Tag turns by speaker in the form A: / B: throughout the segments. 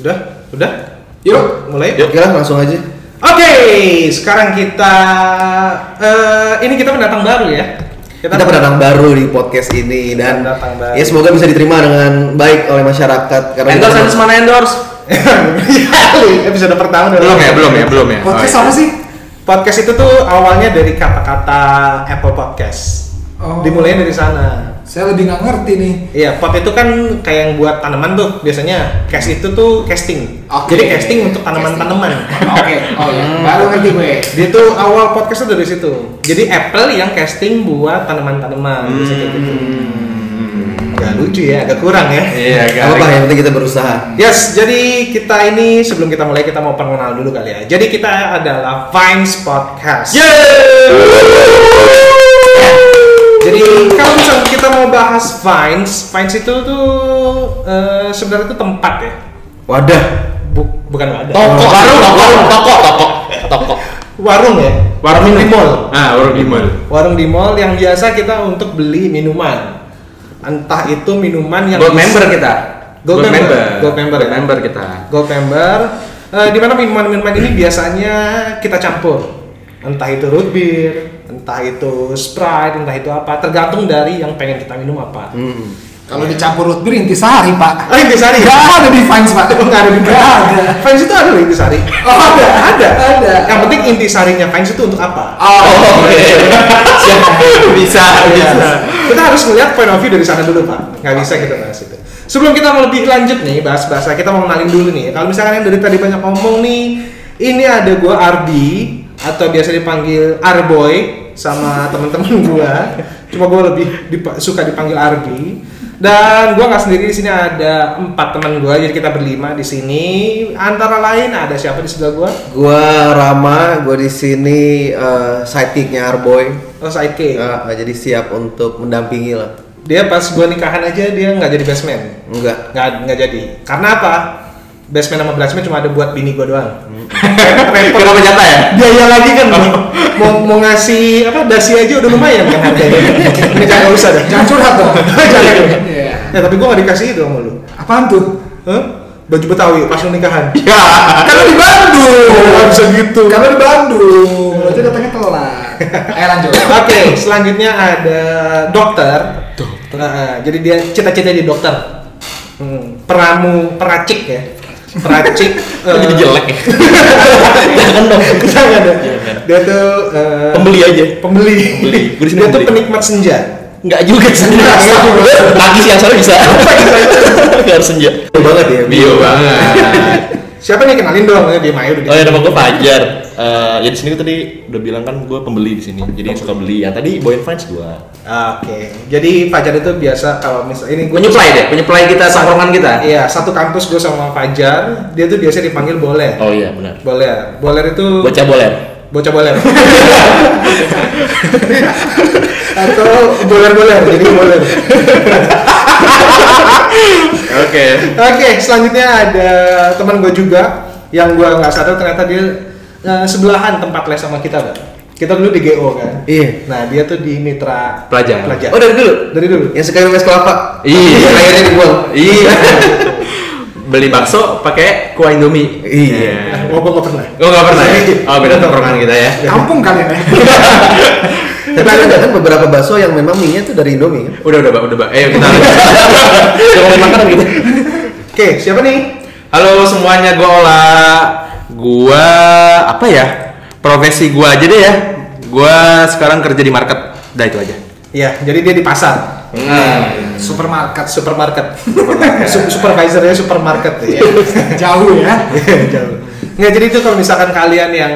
A: Udah, udah.
B: Yuk.
A: mulai.
B: Yuk, kita langsung aja.
A: Oke, sekarang kita eh ini kita pendatang baru ya.
B: Kita pendatang baru di podcast ini dan
A: Pendatang baru.
B: ya semoga bisa diterima dengan baik oleh masyarakat karena
C: endorse
B: kita-
C: endorse mana endorse?
A: Kali, Iya, episode pertama
C: Belum ya, belum ya, belum ya.
D: Podcast
C: Oh,
D: apa sih?
A: Podcast itu tuh awalnya dari kata-kata Apple Podcast.
D: Oh.
A: Dimulai dari sana.
D: Saya lebih nggak ngerti nih.
A: Iya, pot itu kan kayak yang buat tanaman tuh biasanya. Cast itu tuh casting.
D: Oke.
A: Jadi casting untuk tanaman-tanaman.
D: Oke, oh ya, baru ngerti gue.
A: Dia tuh awal podcastnya dari situ. Jadi Apple yang casting buat tanaman-tanaman. Bisa kayak gitu. Gak lucu ya, agak kurang ya.
C: Iya,
B: Gak apa-apa yang penting kita berusaha.
A: Yes, jadi kita ini sebelum kita mulai kita mau perkenal dulu kali ya. Jadi kita adalah Vines Podcast. Jadi kalau misalnya kita mau bahas Vines, Vines itu tuh eh, sebenarnya itu tempat ya,
B: Wadah.
A: Bu- bukan wadah.
C: Toko, warung, toko, toko, toko, toko.
A: Warung ya,
C: Warung
A: di mall.
C: Ah, warung di mall.
A: Warung di mall yang biasa kita untuk beli minuman. Entah itu minuman yang
C: Gold
A: bisa-
C: member kita.
A: Gold member. Gold
C: Gold
A: member
C: member.
A: ya.
C: Gold member kita.
A: Gold member. Eh, di mana minuman-minuman ini biasanya kita campur. Entah itu root beer, entah itu Sprite, entah itu apa, tergantung dari yang pengen kita minum apa.
C: Hmm.
D: Kalau dicampur root beer intisari pak.
A: Ah, intisari.
D: Gak ada di Vines pak.
A: Nggak ada di
D: Iya. Nggak ada.
A: Fans itu ada loh intisari.
D: Oh, ada.
A: ada.
D: Ada.
A: Yang penting intisarinya fans itu untuk apa?
D: Oh,
C: oke. Bisa, bisa.
A: Iya. Kita harus melihat point of view dari sana dulu, Pak. Nggak bisa kita bahas itu. Sebelum kita mau lebih lanjut nih bahas bahasa, kita mau kenalin dulu nih. Kalau misalkan yang dari tadi banyak ngomong nih, ini ada gua Ardi atau biasa dipanggil Arboy sama teman-teman gua. Cuma gua lebih dipa- suka dipanggil Ardi. Dan gua nggak sendiri di sini ada empat teman gua, jadi kita berlima di sini. Antara lain ada siapa di sebelah gua?
B: Gua Rama, gua di sini eh sidekicknya Arboy.
A: Oh, Saike.
B: Eh, eh, jadi siap untuk mendampingi lah.
A: Dia pas gua nikahan aja dia nggak jadi best man.
B: Enggak.
A: nggak nggak jadi karena apa basement sama basement cuma ada buat bini gua doang
C: Kenapa jatah ya?
A: biaya lagi kan mau, mau mau ngasih apa dasi aja udah lumayan kan harganya ini jangan usah dah
D: jangan curhat dong.
A: jangan
D: Iya.
A: ya tapi gua nggak dikasih itu sama lu
D: Apaan tuh?
A: Hah? baju betawi pas lu nikahan
C: Ya.
D: Karena di Bandung.
A: Oh, Iya, nggak bisa gitu.
D: Karena di Bandung. Berarti datangnya telat. Ayo Eh, lanjut.
A: oke selanjutnya ada dokter dokter jadi dia cita-cita jadi dokter hmm, peramu peracik ya peracik
C: Kok jadi
A: eh,
C: jelek ya?
A: jangan dong jangan
C: Iya,
A: dong dia tuh eh,
C: Pembeli aja.
A: pembeli,
C: Pembeli. Gua di sini
A: dia tuh
C: pembeli.
A: penikmat senja
C: Enggak juga sih. Pagi siang sore bisa. Enggak harus senja.
B: Bio banget ya.
C: Bio banget.
A: siapa nih kenalin dong dia Mayu udah
C: Oh ya
A: di-
C: nama gue Fajar. Eh ya di sini gue tadi udah bilang kan gue pembeli di sini. Jadi suka beli. Yang tadi Boy and Friends gue.
A: Ah, oke jadi Fajar itu biasa kalau misal ini gue
C: Penyuplai deh, penyuplai kita sangkrongan kita.
A: iya satu kampus gue sama Fajar dia tuh biasa dipanggil boler
C: Oh iya benar.
A: boler boler itu
C: Bocah boler.
A: bocah boler atau boler boler jadi boler
C: Oke.
A: Oke, selanjutnya ada teman gue juga yang gue nggak sadar ternyata dia eh, sebelahan tempat les sama kita, Bang. Kita dulu di GO kan.
B: Iya.
A: Nah, dia tuh di Mitra
C: Pelajar.
B: Oh dari dulu.
A: Dari dulu.
B: Yang sekali wes kelapa.
C: Iya.
B: Akhirnya dibuang.
C: Iya. Beli bakso pakai kuah Indomie.
B: Iya.
A: Oh, gue nggak pernah.
C: Gue nggak pernah. ya? Oh beda tongkrongan kita ya.
D: Kampung kalian ya.
B: Tapi ada kan beberapa bakso yang memang minyak tuh dari Indomie kan?
C: Udah udah bak, udah bak. Ayo kita. Kita ngomongin makanan gitu.
A: Oke, siapa nih?
C: Halo semuanya, gue Ola. Gua apa ya? Profesi gua aja deh ya. Gua sekarang kerja di market. Udah itu aja.
A: Ya, jadi dia di pasar.
C: Nah.
D: Supermarket
A: Supermarket. Su- Supervisornya supermarket ya.
D: jauh ya.
A: Jauh. Nggak, jadi itu kalau misalkan kalian yang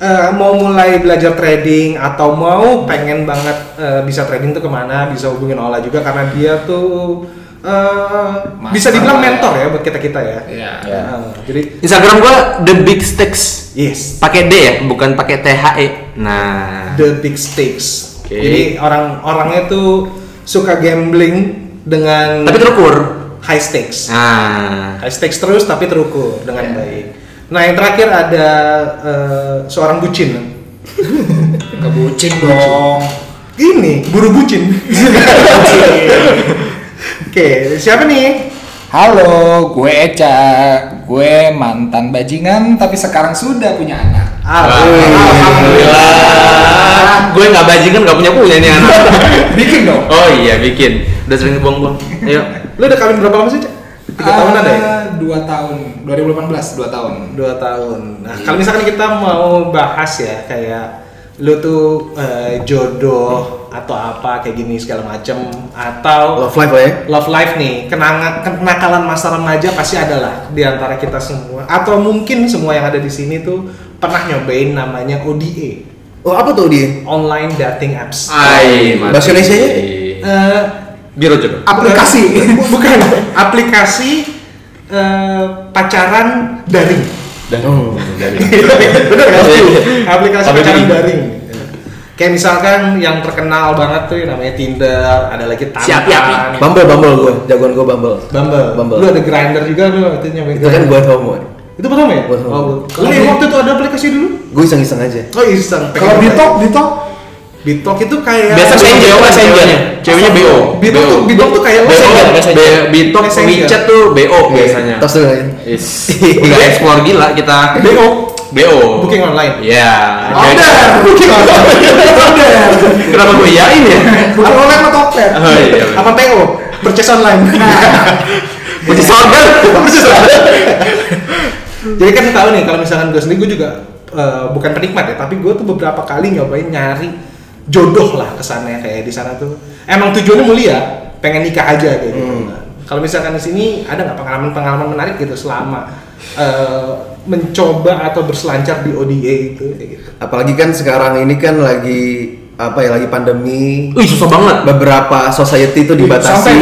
A: eh, mau mulai belajar trading atau mau pengen banget eh, bisa trading tuh kemana bisa hubungin Ola juga karena dia tuh eh,
D: Mantap.
A: bisa dibilang mentor ya buat kita kita ya.
D: Iya.
A: Eh, jadi
C: Instagram gua The Big Sticks.
A: yes
C: Pakai D ya, bukan pakai T H E. Nah.
A: the big stakes.
C: Oke.
A: Jadi orang orangnya tuh suka gambling dengan
C: Tapi terukur.
A: high stakes.
C: Nah.
A: High stakes terus tapi terukur
C: Iya.
A: dengan baik. Nah yang terakhir ada eh, seorang bucin.
D: Kebucin dong.
A: ini buru bucin. Oke, siapa nih?
D: Halo, gue Eca. Gue mantan bajingan tapi sekarang sudah punya anak.
C: Alhamdulillah. Gue nggak bajingan nggak punya punya nih anak.
D: Bikin dong.
C: Oh iya bikin. Udah sering buang-buang. Ayo.
A: Lu udah kawin berapa lama sih, Cak? Tiga tahunan ya? deh.
D: Ah, Dua tahun. 2018 dua tahun.
A: Dua tahun. Nah, kalau misalkan kita mau bahas ya kayak lu tuh eh, jodoh atau apa kayak gini segala macem atau
B: Love life lah ya.
A: love life nih kenangan kenakalan masa remaja pasti ada lah di antara kita semua atau mungkin semua yang ada di sini tuh pernah nyobain namanya ODA
B: Oh apa tuh dia?
A: online dating apps
C: Ah, Ay, mati.
B: Bahasa Indonesia-nya?
C: iya.
A: Eh,
C: Biro coba.
D: Aplikasi.
A: bukan, bukan. aplikasi eh, pacaran daring
C: Dan
B: Oh.
A: bener kan aplikasi
C: Aplikasi.
A: pacaran daring kayak misalkan yang terkenal banget tuh yang namanya Tinder ada lagi Tantan
C: Si api-api.
B: Bumble, Bumble gue, jagoan gue Bumble.
A: Bumble.
B: Bumble.
A: lu ada Grinder juga lu waktu itu nyobain
B: Itu kan
A: Grindr.
B: gue homo.
A: Itu pertama ya?
B: Gua sama.
A: Oh, gua. Lu yang waktu itu ada aplikasi dulu?
B: Gue iseng-iseng aja.
A: Oh iseng.
D: Kalau
A: pengen-
D: Bitok, Bitok
A: Bitok itu kayak.
C: Biasa messenger, messengernya. Ceweknya BO.
A: Bitok tuh, Bitok tuh kayak
C: BO.
A: messenger.
C: B- kan, Bitok
A: Messenger.
C: WeChat tuh BO
A: Iya.
C: biasanya.
B: Tos dulu ya.
C: Is. Udah explore gila kita.
A: BO.
C: BO.
A: Booking online.
C: Iya.
D: Order.
C: Booking
D: Order.
C: Kenapa gue iyain ya?
D: Bukan online atau offline?
C: Oh iya.
A: Apa PO? Purchase online.
C: Putih sorghum.
A: Jadi kan tahu nih kalau misalkan gue sendiri gue juga eh, bukan penikmat ya, tapi gue tuh beberapa kali nyobain nyari jodoh lah kesannya kayak di sana tuh. Emang tujuannya mulia, pengen nikah aja kayak gitu.
C: Hmm.
A: kan. Kalau misalkan di sini ada nggak pengalaman-pengalaman menarik gitu selama eh, mencoba atau berselancar di ODA itu kayak gitu.
B: Apalagi kan sekarang ini kan lagi apa ya lagi pandemi.
C: Ih susah banget.
B: Beberapa society
A: Sampai
B: itu
A: dong.
B: dibatasi.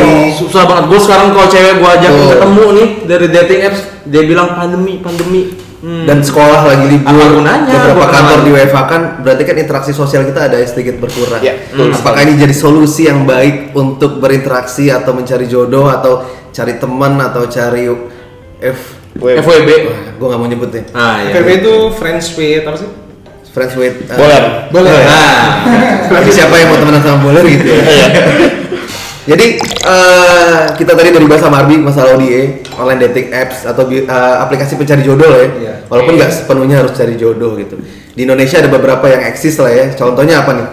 C: Susah banget. Gue sekarang kalau cewek gue ajak
B: Tuh.
C: ketemu nih dari dating apps, dia bilang pandemi, pandemi. Hmm.
B: dan sekolah lagi libur
C: Apa gunanya?
B: beberapa
C: Gua
B: kantor
C: kenal.
B: di WFH kan berarti kan interaksi sosial kita ada sedikit berkurang Hmm.
C: Ya, betul
B: apakah ini jadi solusi yang baik untuk berinteraksi atau mencari jodoh atau cari teman atau cari F
C: FWB.
B: gue nggak mau nyebut deh
C: Ah iya.
A: FWB itu friends with apa sih?
B: friends with uh,
E: Bola.
A: Boleh.
C: Nah.
B: Tapi siapa yang mau temenan sama bola gitu ya.
D: Iya.
B: Jadi eh, kita tadi dari bahasa sama Arbi masalah ODA, online dating apps atau bi- eh, aplikasi pencari jodoh lah ya.
A: Iya.
B: Walaupun nggak sepenuhnya harus cari jodoh gitu. Di Indonesia ada beberapa yang eksis lah ya. Contohnya apa nih?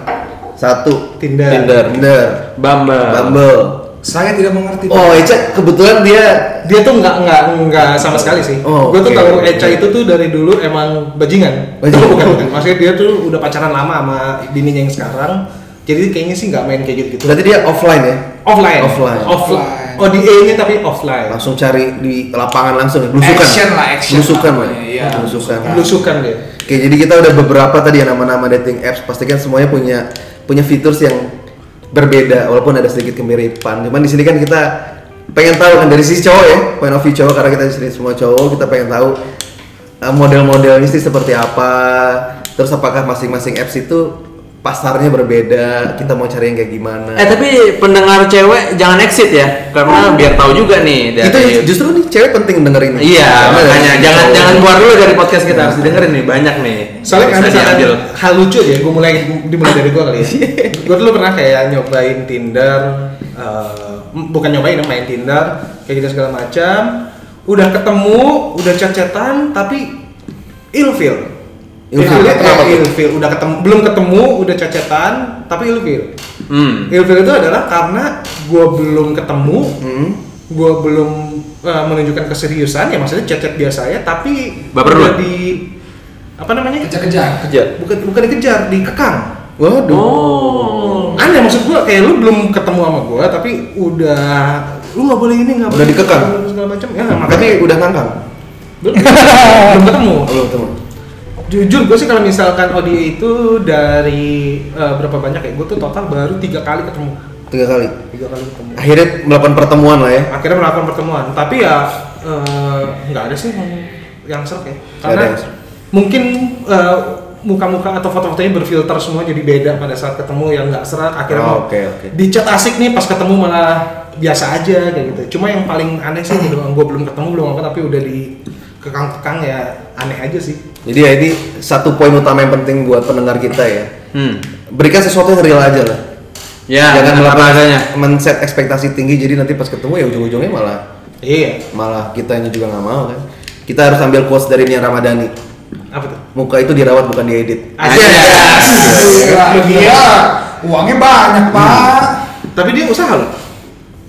B: Satu,
A: Tinder.
C: Tinder.
B: Tinder,
D: Ah.
C: Bumble.
B: Bumble.
D: Saya tidak mengerti.
B: Oh, Eca kebetulan dia
A: Dia tuh nggak nggak nggak sama sekali sih.
B: Oh,
A: gue tuh
B: oke.
A: tahu Eca itu tuh dari dulu emang bajingan.
B: Bajingan.
A: Bukan, bukan bukan. Maksudnya dia tuh udah pacaran lama sama bininya yang sekarang. Jadi kayaknya sih nggak main kayak gitu gitu.
B: berarti dia offline ya.
A: Offline.
B: Offline.
A: Offline. ODA-nya tapi offline.
B: Langsung cari di lapangan langsung, ya? belusukan.
D: Iya. Action lah, action
B: Belusukan lah.
D: namanya, iya.
B: Belusukan.
A: Belusukan dia.
B: Oke, jadi kita udah beberapa tadi ya nama-nama dating apps. Pastikan semuanya punya punya fitur yang berbeda, walaupun ada sedikit kemiripan. Cuman di sini kan kita pengen tahu kan dari sisi cowok ya, point of view cowok karena kita di sini semua cowok, kita pengen tahu eh, model-modelnya sih seperti apa. Terus apakah masing-masing apps itu pasarnya berbeda, kita mau cari yang kayak gimana?
C: Eh tapi pendengar cewek jangan exit ya, karena biar tahu juga nih
B: itu
C: dari
B: justru nih cewek penting dengerin.
C: Iya,
B: Karena dari
C: makanya
B: sisi
C: jangan
B: cowok.
C: jangan keluar dulu dari podcast kita harus didengerin nih banyak nih.
A: Soalnya kan
C: Bisa
A: misalkan
C: diambil. Iya.
A: hal lucu ya, gue mulai dimulai dari gue kali ya. gue dulu pernah kayak nyobain Tinder, eh, m- bukan nyobain, main Tinder, kayak gitu segala macam. Udah ketemu, udah chat-chatan, tapi ilfeel.
B: Ilfeel,
A: Ilfeel
B: kenapa tuh?
A: ilfeel. Udah ketemu, belum ketemu, udah chat-chatan, tapi ilfeel.
C: Hmm.
A: Ilfeel itu adalah karena gue belum ketemu,
B: Hmm.
A: gue belum eh, menunjukkan keseriusan ya maksudnya chat-chat biasa ya, tapi
C: Baper
A: udah
C: dulu?
A: di apa namanya?
D: Kejar-kejar.
A: bukan bukan dikejar dikekang
B: Waduh.
C: Oh.
A: aneh maksud gua kayak lu belum ketemu sama gua tapi udah lu nggak boleh ini nggak
B: Udah
A: boleh itu,
B: dikekang?
A: segala macam ya
B: Tapi
A: makanya
B: udah ngangkang.
A: belum belum ketemu
B: Belum teman.
A: jujur gua sih kalau misalkan ODA itu dari eh, berapa banyak ya gua tuh total baru tiga kali ketemu
B: Tiga kali.
A: tiga kali ketemu
B: akhirnya melakukan pertemuan lah ya
A: akhirnya melakukan pertemuan tapi ya eh, nggak ada sih yang yang serak ya
B: ada
A: karena
B: yang serak.
A: mungkin eh, muka-muka atau foto-fotonya berfilter semua jadi beda pada saat ketemu yang nggak serak akhirnya
B: Oh,
A: mau-
B: oke, oke.
A: di chat asik nih pas ketemu malah biasa aja kayak gitu cuma yang paling aneh sih doang gue belum ketemu belum apa tapi udah di kekang-kekang ya aneh aja sih
B: jadi ya ini satu poin utama yang penting buat pendengar kita ya
C: Hmm.
B: berikan sesuatu yang real aja lah jangan
C: Ya, jangan apa
B: melakukan
C: adanya.
B: men-set ekspektasi tinggi jadi nanti pas ketemu ya ujung-ujungnya malah
A: iya
B: malah kita yang juga nggak mau kan kita harus ambil quotes dari Nia Ramadhani.
A: Apa tuh?
B: Muka itu dirawat bukan diedit.
C: Asyik.
A: Yes.
D: Gila,
A: Lu
B: Iya.
D: gila.
A: gila.
D: Iya. Uangnya banyak, Pak.
A: Iya. Tapi dia usaha loh.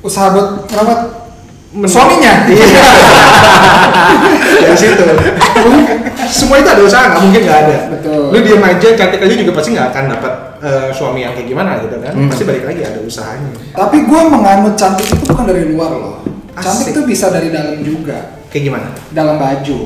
D: Usaha buat ngerawat
A: Men-
D: suaminya.
A: Iya. Dari situ. Semua itu ada usaha nggak mungkin nggak ada.
D: Betul.
A: Lu diem aja cantik aja juga pasti nggak akan dapat eh, suami yang kayak gimana gitu kan. Pasti balik lagi ada usahanya.
D: Tapi gue menganut cantik itu bukan dari luar loh.
A: Asik.
D: Cantik itu bisa dari dalam juga.
A: Kayak gimana?
D: Dalam baju.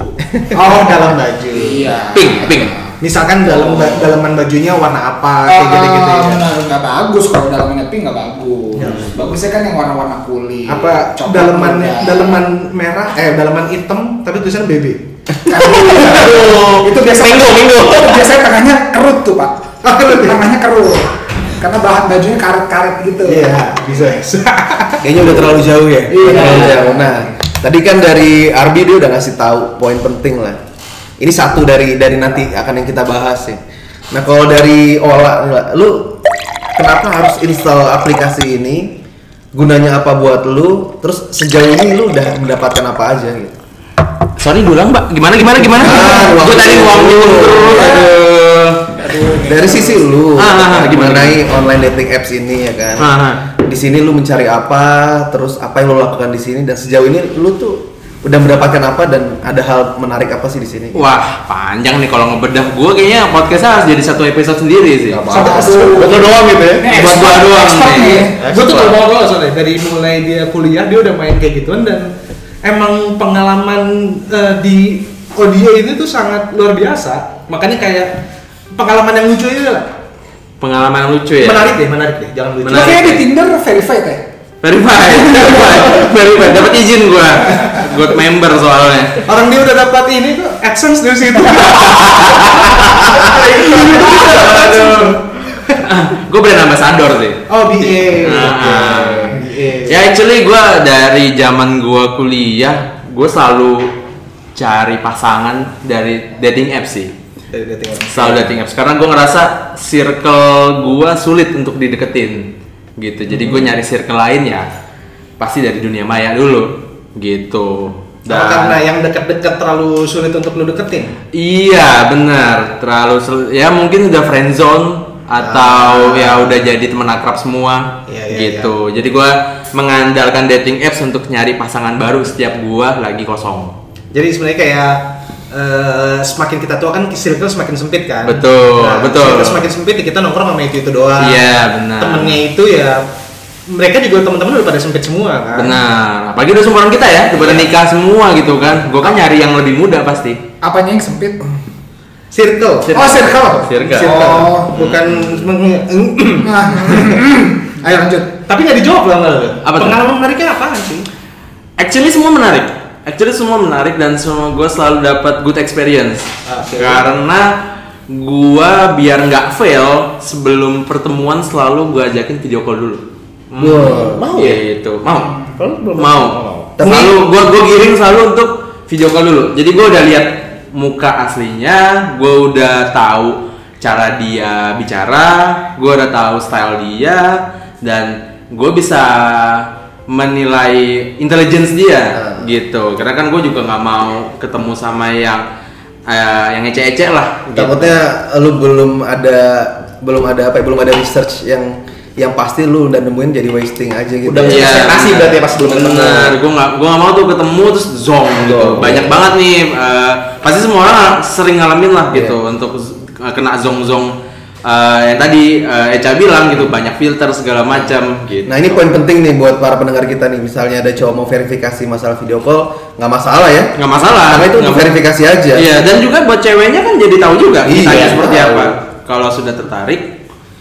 A: Oh dalam baju.
D: iya.
C: Pink, pink.
A: Misalkan dalam ba- dalaman bajunya warna apa kayak
D: Ah,
A: gitu-gitu ya.
D: benar, nggak bagus kalau dalamannya pink nggak bagus. Bagusnya kan yang warna-warna kulit.
A: Apa
D: coklat
A: dalaman
D: muda.
A: dalaman merah eh dalaman hitam tapi tulisannya BB.
C: Aduh,
D: Itu biasa
C: minggu, minggu.
D: Itu biasanya tangannya kerut tuh pak.
A: Oh, kerut ya?
D: Tangannya kerut. Karena bahan bajunya karet-karet gitu.
A: Iya, bisa.
B: Kayaknya udah terlalu jauh ya.
D: Iya.
B: Terlalu jauh. Nah, tadi kan dari Arbi dia udah ngasih tahu poin penting lah. Ini satu dari dari nanti akan yang kita bahas ya. Nah, kalau dari Ola, Ola, lu kenapa harus install aplikasi ini? Gunanya apa buat lu? Terus sejauh ini lu udah mendapatkan apa aja gitu?
C: Sorry, dulang mbak. Gimana, gimana, gimana?
B: Ah, ruang
C: Gue tadi
B: dulu.
C: uang dulu. Aduh.
B: Dari sisi lu,
C: Ah, ah, ah, gimana,
B: mengenai online dating apps ini ya kan?
C: Ah, ah.
B: Di sini lu mencari apa, terus apa yang lu lakukan di sini dan sejauh ini lu tuh udah mendapatkan apa dan ada hal menarik apa sih di sini?
C: Wah, panjang nih kalau ngebedah gue kayaknya podcastnya harus jadi satu episode sendiri sih.
D: Satu
A: Aduh.
D: kesel.
C: Buat lo doang gitu ya?
D: Ini
C: Buat gua
D: expert-
C: doang
D: expert
C: nih.
D: nih.
A: gue Eh, tuh gak mau lolos soalnya dari mulai dia kuliah dia udah main kayak gituan dan emang pengalaman eh, di audio itu tuh sangat luar biasa makanya kayak pengalaman yang lucu itu lah
C: Pengalaman lucu ya.
A: menarik deh menarik deh jangan lucu
D: Lo
C: Menarik.
D: kayaknya di Tinder verified ya?
C: Verify, verify, verify. Dapat izin gua. Good member soalnya.
A: orang dia udah dapat ini kok adsense dari situ
C: Aduh. gue brand ambassador sih.
A: oh BA
C: Ah.
A: BA
C: Iya. Ya actually gue dari zaman gue kuliah, gue selalu cari pasangan dari dating apps sih.
A: dari dating apps.
C: Selalu dating apps. Karena gue ngerasa circle gue sulit untuk dideketin gitu. Jadi
A: Hmm.
C: gue nyari circle lain ya pasti dari dunia maya dulu gitu.
A: Sama Oh, Nah, karena yang deket-deket terlalu sulit untuk lu deketin
C: Iya benar terlalu sel- ya mungkin udah friend zone atau ya udah jadi teman akrab
A: Ah.
C: semua
A: Iya, iya,
C: gitu jadi gua mengandalkan dating apps untuk nyari pasangan baru setiap gua lagi kosong
A: jadi sebenarnya kayak eh, semakin kita tua kan circle semakin sempit kan
C: Betul, betul.
A: circle semakin sempit ya kita nongkrong sama itu itu doang
C: iya benar
A: Ah. temennya itu ya mereka juga teman-teman udah pada sempit semua kan
C: benar apalagi udah seumuran kita ya udah pada nikah semua gitu kan gua kan nyari yang lebih muda pasti
D: Apanya yang sempit?
A: circle
D: Oh, circle.
C: Circle.
A: oh bukan meng-
D: Nah, ayo lanjut.
A: tapi nggak dijawab lah nggak
C: Apa tuh?
A: pengalaman menariknya apa sih
C: actually semua menarik actually semua menarik dan semua gua selalu dapat good experience
A: Oke.
C: karena gua biar nggak fail sebelum pertemuan selalu gua ajakin video call dulu
B: Wow.
C: mau itu mau mau
B: Tapi-
C: selalu gua gua giring selalu untuk video call dulu jadi gua udah lihat muka aslinya gua udah tahu cara dia bicara gua udah tahu style dia dan gua bisa menilai intelligence dia
B: Hmm.
C: gitu karena kan gue juga nggak mau ketemu sama yang eh, yang ece-ece lah gitu.
B: Takutnya lu belum ada belum ada apa ya, belum ada research yang yang pasti lu udah nemuin jadi wasting aja gitu.
A: Udah
C: Iya,
A: presentasi
C: bener.
A: berarti ya pas belum ketemu.
C: bener gue nggak gue nggak mau tuh ketemu terus zong gitu
B: Zong.
C: banyak banget nih eh, pasti semua orang sering ngalamin lah gitu untuk z- kena zong zong yang tadi eh, Eca bilang gitu banyak filter segala macam gitu
B: Nah ini poin penting nih buat para pendengar kita nih. Misalnya ada cowok mau verifikasi masalah video call, nggak masalah ya.
C: nggak masalah
B: Karena itu
C: nggak
B: untuk verifikasi aja.
C: iya dan juga buat ceweknya kan jadi tahu juga
B: Nah, Iya,
C: kitanya seperti
B: tahu.
C: apa kalau sudah tertarik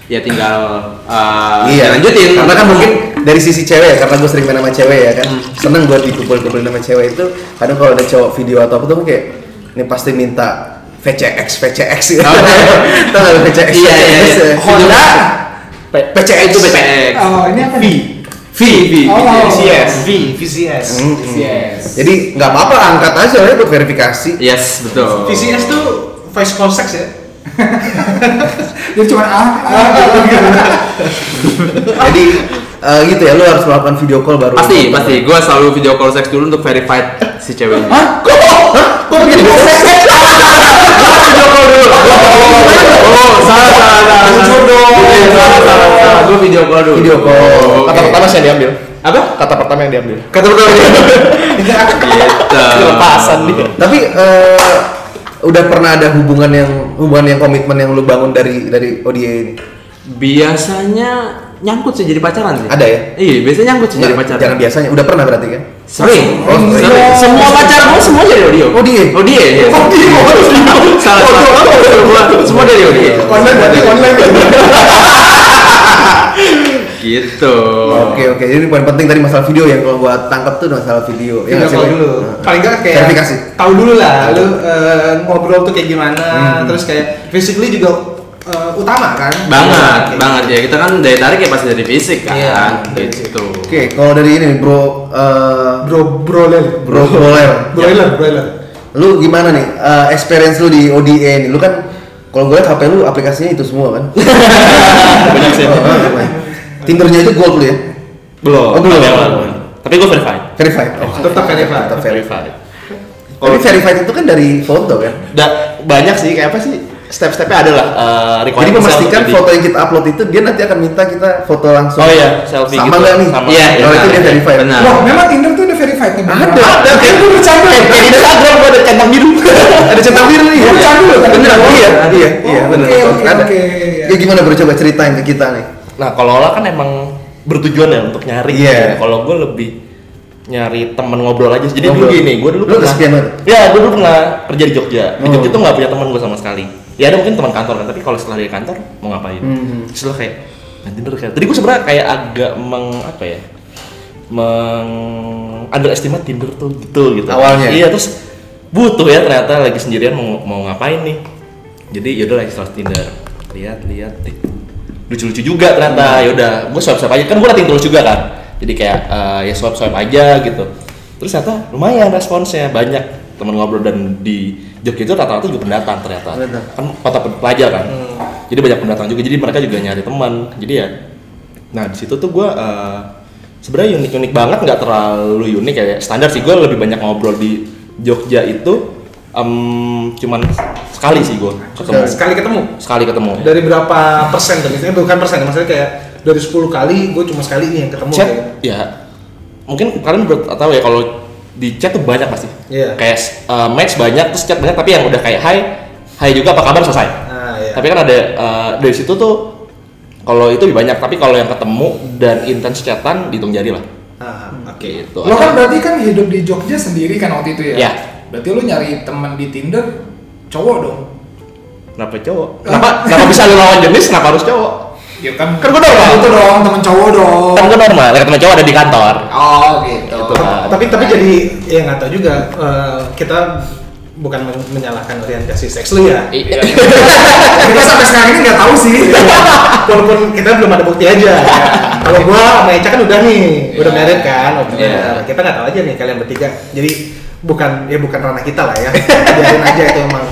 C: ya tinggal eh,
B: Iya
C: lanjutin
B: Karena kan mungkin dari sisi cewek ya, karena gue sering main sama cewek ya kan.
C: Hmm.
B: Seneng buat dikumpul-kumpulin sama cewek itu. Kadang kalau ada cowok video atau apa tuh gue kayak ini pasti minta VCX VCX gitu.
C: Oh.
B: Tahu nggak VCX?
C: Iya, iya, iya.
B: VCX.
C: Honda.
B: P- PCX
C: itu PCX
D: Oh, ini apa? nih?
C: V V
D: Oh.
A: V VCS
C: Hmm.
B: Mm-mm.
D: Yes.
B: Jadi nggak apa-apa angkat aja ya buat verifikasi.
C: yes betul
A: VCS tuh voice call sex ya
D: Jadi cuma ah, ah, ah, ah, gitu.
B: Jadi eh, gitu ya, lu harus melakukan video call baru.
C: Pasti, pasti. Gue selalu video call seks dulu untuk verified si ceweknya.
B: Hah? Kok? Hah? Kok gitu? bikin video call?
C: video call dulu. Oh, salah, salah, salah.
B: Jujur dong.
C: Iya, Salah, salah, salah. Gue video call dulu.
B: Video call.
C: Oh,
E: Kata
C: oke.
E: pertama sih yang diambil.
C: Apa?
E: Kata pertama yang diambil.
C: Kata pertama dia. Gitu.
E: Kelepasan dia.
B: Tapi eh, udah pernah ada hubungan yang hubungan yang komitmen yang lu bangun dari dari ODA ini?
C: Biasanya nyangkut sih jadi pacaran sih.
B: Ada ya?
C: Iya, biasanya nyangkut sih jadi
B: Nggak,
C: pacaran.
B: Jangan biasanya, udah pernah berarti kan?
C: Sering.
B: Oh, sering.
C: sering. Semua pacar gue semua dari Odio.
B: Odie?
C: Odie. ya.
B: Oh,
C: Salah. salah. Semua semua dari Odie.
E: Online berarti online
C: Gitu.
B: Oke oke, jadi poin penting tadi masalah video yang kalau gua tangkap tuh masalah video.
A: Video
B: nggak sih,
A: call
B: Boy?
A: dulu.
B: Nah,
A: Paling nggak kayak
B: Verifikasi.
A: tahu dulu lah lu eh, ngobrol tuh kayak gimana, terus kayak physically juga eh, utama kan?
C: Banget,
A: Kayak
C: banget ya. Kita kan daya tarik ya pasti dari fisik kan.
A: Iya.
C: Gitu.
B: Oke, kalau dari ini bro eh,
A: Bro, broler,
B: bro Boler,
A: broiler, broiler.
B: lu gimana nih eh, experience lu di ODA nih? Lu kan kalau gue liat HP lu aplikasinya itu semua kan?
E: Banyak sih.
B: Oh, oh, oh. Tindernya itu gold lu ya?
E: Belum.
B: Oh, belum.
E: Ada yang lawan. Tapi gue verified.
B: Verified.
A: Tetap verified.
B: Tetap verified.
E: Verified.
B: Tapi verified itu kan dari foto kan?
E: Da, banyak sih kayak apa sih step-stepnya ada lah eh,
B: Jadi
E: requirement
B: memastikan
E: selfie.
B: foto yang kita upload itu dia nanti akan minta kita foto langsung.
E: Oh iya, selfie
B: Sama
E: gitu.
B: nggak nih?
E: Sama.
C: Iya,
B: Kalau
C: iya,
B: itu dia
C: iya.
B: verified.
C: Benar.
A: Wah, memang Tinder tuh udah verified nih. beneran.
B: Ada.
E: ada kayak gue bercanda eh kayak di Instagram gue ada centang biru
B: Ada centang biru nih. ya?
A: Oh, candu loh, tadi.
B: Beneran,
A: Oh,
B: Iya,
A: ada.
B: iya,
A: Oh,
B: iya,
A: oke,
B: bener.
A: oke,
B: Ada.
A: oke, iya.
B: Ya gimana bro coba ceritain ke kita nih?
E: nah kalau Ola kan emang bertujuan ya untuk nyari
B: Iya.
E: gitu. kalau gue lebih nyari temen ngobrol aja jadi dulu
B: Ngobrol.
E: gini gue dulu
B: Lu kesepian banget?
E: ya gue dulu pernah kerja di Jogja di
B: Oh.
E: Jogja tuh nggak punya teman gue sama sekali ya ada mungkin teman kantor kan tapi kalau setelah dari kantor mau ngapain
C: Hmm.
B: Mhm.
E: setelah kayak main Tinder kayak tadi gue sebenarnya kayak agak meng apa ya meng underestimate Tinder tuh gitu gitu
B: Awalnya?
E: iya terus butuh ya ternyata lagi sendirian mau mau ngapain nih jadi yaudah lagi setelah Tinder lihat lihat eh, lucu-lucu juga
C: Hmm.
E: ternyata ya yaudah gue swipe swipe aja kan gue latihan terus juga kan jadi kayak eh, ya swipe swipe aja gitu terus ternyata lumayan responsnya banyak teman ngobrol dan di Jogja itu rata-rata juga pendatang ternyata
B: Pendatang.
E: kan kota pe- pelajar kan jadi banyak pendatang juga jadi mereka juga nyari teman jadi ya nah di situ tuh gue sebenarnya unik unik banget nggak terlalu unik kayak standar sih gue lebih banyak ngobrol di Jogja itu em, cuman sekali sih gue ketemu
A: Nah, Sekali ketemu.
E: sekali ketemu
A: Dari berapa persen tuh? Misalnya bukan persen, maksudnya kayak dari 10 kali gue cuma sekali nih yang ketemu
E: chat
A: kayak.
E: ya mungkin kalian ber- tahu ya kalau di chat tuh banyak pasti
A: Iya.
E: kayak eh, match banyak terus chat banyak tapi yang udah kayak hai hai juga apa kabar selesai
A: Nah, iya.
E: tapi kan ada eh, dari situ tuh kalau itu lebih banyak tapi kalau yang ketemu dan intens chatan dihitung jari lah
A: Ah, oke.
E: gitu
D: Lo kan berarti kan hidup di Jogja sendiri kan waktu itu ya?
E: Iya.
D: Berarti lo nyari teman di Tinder cowok dong.
E: kenapa cowok kenapa kenapa bisa lu lawan jenis kenapa harus cowok
D: Ya kan.
E: Kan gua normal.
D: Itu dong teman cowok dong.
E: kan gue normal ya, teman cowok ada di kantor
D: Oh gitu.
E: Gitu.
A: tapi tapi jadi ya nggak tahu juga eh, kita bukan men- menyalahkan orientasi seks lu ya
E: Iya.
A: kita sampai sekarang ini nggak tahu sih walaupun kita belum ada bukti aja ya. kalau gua sama Eca kan udah nih udah married kan udah
E: Iya.
A: married. kita nggak tahu aja nih kalian bertiga jadi bukan ya bukan ranah kita lah ya biarin aja itu emang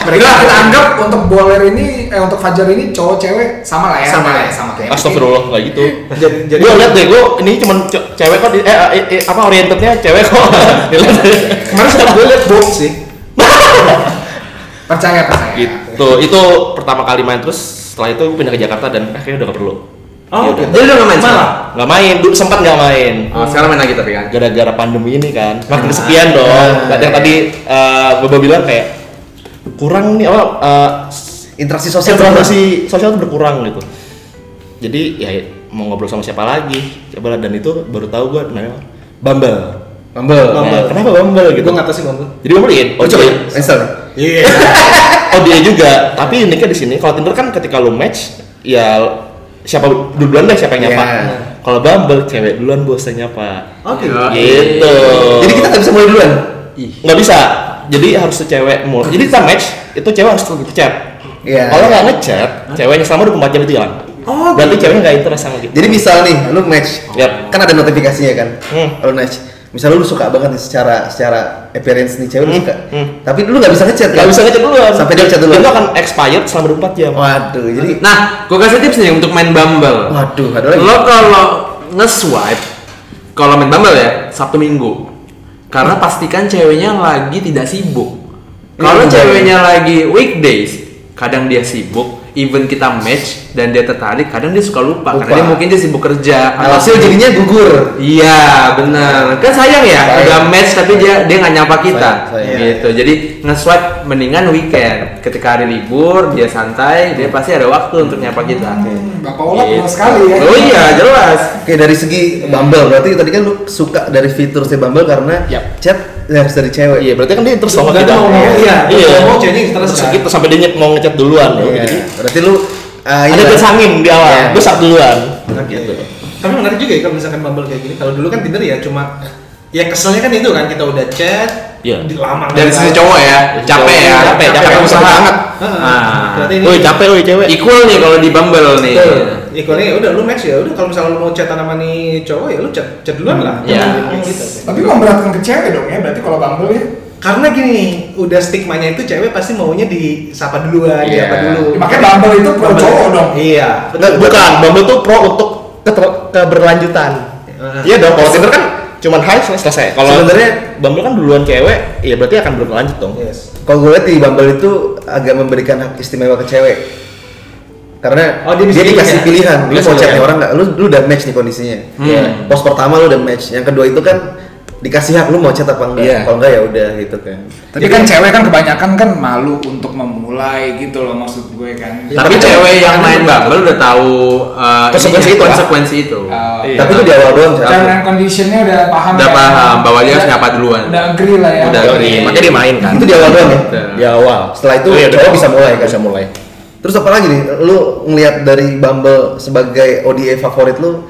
D: Mereka Iya, kita anggap untuk boler ini eh untuk Fajar ini cowok cewek sama lah ya.
A: Sama.
D: lah ya, sama kayak.
E: Astagfirullah nggak gitu.
A: Jadi- jadi-
E: gue liat deh gue ini cuman ce- cewek kok di- eh, eh, eh, apa orientednya cewek kok. Dilihat.
A: kemarin setiap gue liat box sih
D: Percaya percaya.
E: gitu. Itu pertama kali main terus setelah itu gue pindah ke Jakarta dan eh, kayaknya udah gak perlu.
A: Oh,
E: Yaudah.
C: Jadi udah nggak main
A: Malah.
C: sekarang?
E: Nggak main, dulu sempat nggak main.
C: Oh, sekarang main lagi tapi kan.
E: Iya, Gara-gara pandemi ini kan, makin
B: Ah, iya.
E: kesepian dong. yang tadi gue bilang kayak kurang nih apa eh,
B: Interaksi sosial.
E: konsentrasi sosial tuh berkurang gitu jadi ya mau ngobrol sama siapa lagi coba lah. dan itu baru tahu gue namanya Bumble
B: Mambel.
A: Bumble.
E: Nah, kenapa Bumble gitu
A: gue nggak tahu sih bang
E: jadi Bumble in
B: Oh
E: oh
B: coba
E: coba
B: install.
A: iya
E: oh dia juga tapi uniknya di sini kalau Tinder kan ketika lu match ya siapa duluan deh siapa yang nyapa
B: Iya.
E: kalau Bumble cewek duluan bosnya nyapa
A: oke
E: gitu
B: Jadi kita nggak bisa mulai duluan.
E: nggak bisa jadi harus cewek mulu jadi kita match itu cewek harus terus ngechat
B: Iya.
E: kalau nggak ngechat ceweknya selama 24 jam itu hilang
A: Oh,
E: berarti ceweknya nggak interest sama kita
B: Jadi misal nih, lu match,
E: Yap.
B: kan ada notifikasinya kan?
E: Hmm.
B: Lu match, misalnya lu suka banget nih secara secara appearance nih cewek lu
E: Hmm,
B: suka
E: hmm.
B: tapi lu nggak bisa ngechat
E: Gak
B: kan?
E: bisa ngecek duluan.
B: sampai dia ngechat Oh, dulu
E: Itu akan expired selama 24 jam.
B: waduh jadi
C: Nah, gue kasih tips nih untuk main Bumble.
B: waduh ada lagi
C: Lo kalau nge-swipe, kalau main Bumble ya, Sabtu Minggu. Karena pastikan ceweknya lagi tidak sibuk. Kalau
B: Hmm. Iya.
C: ceweknya lagi weekdays, kadang dia sibuk, even kita match dan dia tertarik, kadang dia suka
B: Lupa.
C: lupa,
B: Nah,
C: karena dia mungkin dia sibuk kerja. atau
B: alhasil
C: sibuk-
B: jadinya gugur
C: Iya benar kan sayang ya
B: Sayang.
C: udah match tapi dia dia nggak nyapa kita
B: Sayang, sayang.
C: gitu jadi nge-swipe mendingan weekend ketika hari libur dia santai dia pasti ada waktu untuk nyapa kita
D: Bapak Ola
C: Gitu.
D: benar sekali ya.
C: oh iya jelas
B: Oke dari segi Bumble berarti tadi kan lu suka dari fitur si Bumble karena
E: Yap.
B: chat harus dari cewek.
E: Iya, berarti kan dia terus sama
A: Dan
E: kita.
A: mau ngomong, iya.
E: Iya.
A: Mau jadi
E: Terus
A: terus kan.
E: kita sampai dia nyet- mau ngechat duluan ya.
B: Iya.
E: Jadi
B: Berarti lu uh,
E: ada bersangin di awal,
B: Iya.
E: besar duluan.
A: Oke. Tapi menarik juga ya kalau misalkan Bumble kayak gini. Kalau dulu kan Tinder ya cuma ya keselnya kan itu kan kita udah chat
E: Iya.
A: di lama
C: dari
A: nggak
C: sisi
A: tahu.
C: cowok ya capek ya
E: Capek, capek,
C: Capek
E: usaha.
C: banget
A: Heeh.
C: Nah.
A: Berarti ini
E: Woi, capek woi cewek.
C: equal nih kalau di Bumble nih
A: Betul. Equalnya ya udah lu match ya udah kalau misalnya lu mau chat sama nih cowok ya lu chat chat duluan lah.
E: Iya.
A: Jangan kayak gitu.
D: Tapi memberatkan ke cewek dong ya, berarti kalau Bumble ya.
A: Karena gini nih, udah stigmanya itu cewek pasti maunya disapa duluan,
C: Iya.
A: disapa dulu.
D: Ya, Makanya Bumble itu pro
A: Bumble-
D: cowok dong.
A: Iya.
E: Nggak, bukan, Bumble tuh pro untuk keter- keberlanjutan.
A: Ah.
E: Iya dong, kalau Tinder kan cuman hai selesai. selesai. Kalau
B: Sebenarnya-
E: Bumble kan duluan cewek, ya berarti akan berlanjut dong.
A: Yes.
B: Kalau gue lihat di Bumble itu agak memberikan hak istimewa ke cewek. Karena
A: Oh, dia
B: dia,
A: bisa pilih
B: dikasih
A: ya?
B: pilihan, lu
E: Dia
B: mau chat
E: pilihan.
B: nih orang nggak? Lu lu udah match nih kondisinya.
C: Hmm.
B: Iya. Pos pertama lu udah match, yang kedua itu kan dikasih hak lu mau chat apa enggak.
E: Iya.
B: Kalau enggak ya udah gitu kan.
D: Tapi kan cewek kan kebanyakan kan malu untuk memulai gitu loh maksud gue kan.
C: tapi cewek yang main Bumble udah tahu uh, ininya,
E: Konsekuensi itu,
C: konsekuensi itu
D: Uh,
E: Iya.
B: Tapi itu di awal doang
D: Terms
B: cewek.
D: and conditionnya udah paham.
C: Udah
D: ya?
C: paham, bahwa dia harus
D: Udah-
C: nyapa duluan.
D: Udah agree lah ya.
C: Udah agree.
E: Iya, Makanya dia main
C: Nah,
E: kan.
B: Itu di awal doang ya.
C: Betul.
E: Di awal.
B: Setelah itu
E: Oh, iya,
B: cowok
E: betul.
B: bisa mulai kan?
E: Bisa mulai.
B: Terus apa lagi nih? Lu ngelihat dari Bumble sebagai ODA favorit lu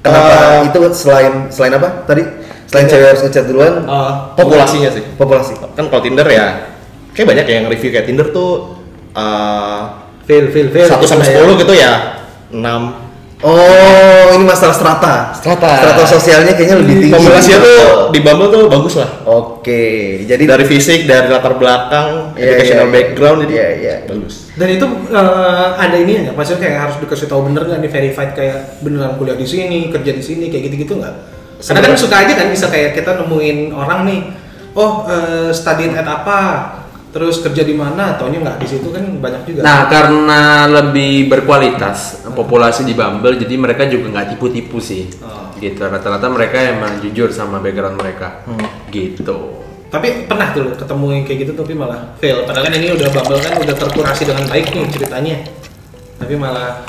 B: kenapa
A: Eh,
B: itu selain selain apa tadi? Selain cewek harus ngechat duluan,
A: Eh,
E: Populasinya sih.
B: populasi.
E: Kan kalau Tinder ya kayak banyak yang review kayak Tinder tuh eh
A: Feel, feel, feel.
E: 1 sampai 10 gitu ya. 6
B: Oh, ini masalah strata.
E: Strata.
B: Strata sosialnya kayaknya lebih tinggi.
E: Populasinya tuh di Bumble tuh bagus lah.
B: Oke, jadi
E: Jadi dari fisik, dari latar belakang,
B: Iya, iya,
E: educational
B: iya.
E: background jadi
B: Iya, iya.
E: bagus.
A: Dan itu eh, ada ini nggak? Maksudnya kayak harus dikasih tahu bener nggak nih verified kayak beneran kuliah di sini, kerja di sini, kayak gitu-gitu nggak? Karena kan
B: Sebenarnya-
A: suka aja kan bisa kayak kita nemuin orang nih, oh eh, study at apa, terus kerja di mana, taunya nggak di situ kan banyak juga.
C: Nah, karena lebih berkualitas populasi di Bumble, jadi mereka juga nggak tipu-tipu sih.
A: Oh.
C: Gitu, rata-rata mereka emang jujur sama background mereka.
D: Hmm.
C: Gitu.
A: tapi pernah tuh lo ketemu yang kayak gitu tapi malah fail. Padahal kan ini udah bubble kan udah terkurasi dengan baik nih ceritanya, tapi malah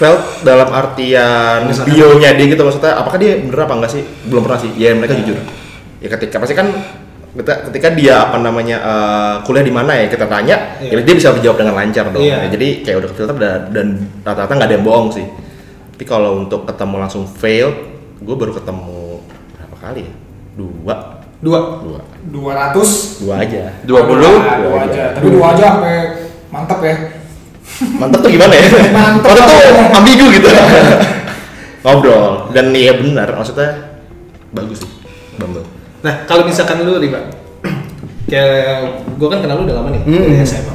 E: Felt dalam artian
A: Misalkan-
E: bio-nya dia gitu maksudnya apakah dia bener apa enggak sih? Belum pernah sih. Ya mereka jujur. Ya ketika pasti kan kita- ketika dia apa namanya eh, kuliah di mana ya kita tanya,
A: Iya.
E: ya dia bisa jawab dengan lancar dong.
A: Iya.
E: Ya, jadi kayak udah filter dan rata-rata nggak ada yang bohong sih. Tapi kalau untuk ketemu langsung fail, gue baru ketemu berapa kali ya? Dua,
A: dua.
E: dua,
D: 200
E: dua aja.
C: 20
D: dua
E: aja.
D: aja. Tapi dua aja sampai mantep ya.
E: mantep tuh gimana ya?
D: Mantep.
E: Mantep tuh ambigu gitu. Ngobrol dan iya benar maksudnya bagus sih Bumble.
A: Nah, kalau misalkan lu Riba, kayak gue kan kenal lu udah lama nih, dari SMA.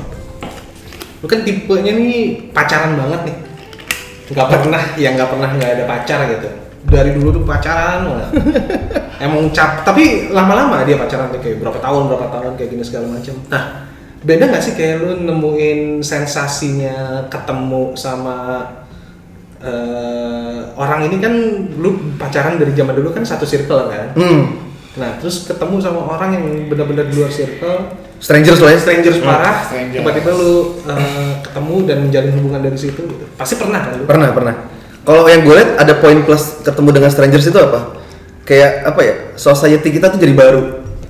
A: Lu kan tipenya nih pacaran banget nih. Gak pernah, yang gak pernah nggak ada pacar gitu. Dari dulu tuh pacaran banget. Emang cap, tapi lama-lama dia pacaran tuh kayak berapa tahun, berapa tahun kayak gini segala macam. Nah, beda nggak sih kayak lu nemuin sensasinya ketemu sama eh, orang ini kan lu pacaran dari zaman dulu kan satu circle kan.
B: hmm,
A: Nah, terus ketemu sama orang yang benar-benar di luar circle,
B: strangers lah ya.
A: strangers parah,
D: strangers.
A: tiba-tiba lu eh, ketemu dan menjalin hubungan dari situ gitu. Pasti pernah kan lu?
B: Pernah, pernah. Kalau yang gue lihat ada poin plus ketemu dengan strangers itu apa? Kayak apa ya? Society kita tuh jadi baru.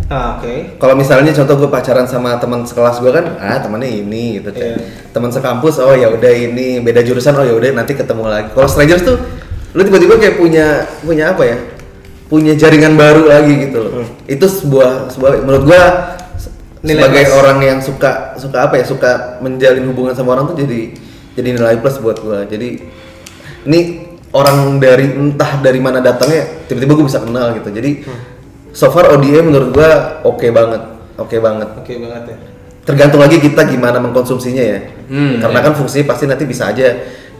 A: Ah, oke.
B: Kalau misalnya contoh gue pacaran sama teman sekelas gue kan, ah temannya ini gitu kan.
A: Iya.
B: Teman sekampus, oh ya udah ini beda jurusan, oh ya udah nanti ketemu lagi. Kalau strangers tuh, lu tiba-tiba kayak punya punya apa ya? Punya jaringan baru lagi gitu loh. Itu sebuah sebuah menurut gue
A: Hmm. Nilai
B: sebagai
A: plus.
B: orang yang suka suka apa ya? Suka menjalin hubungan sama orang tuh jadi jadi nilai plus buat gue. Jadi ini orang dari entah dari mana datangnya tiba-tiba gue bisa kenal gitu jadi
A: Hmm.
B: so far ODA menurut gue oke banget oke banget
A: Oke banget ya.
B: tergantung lagi kita gimana mengkonsumsinya ya
C: Hmm,
B: karena kan fungsinya pasti nanti bisa aja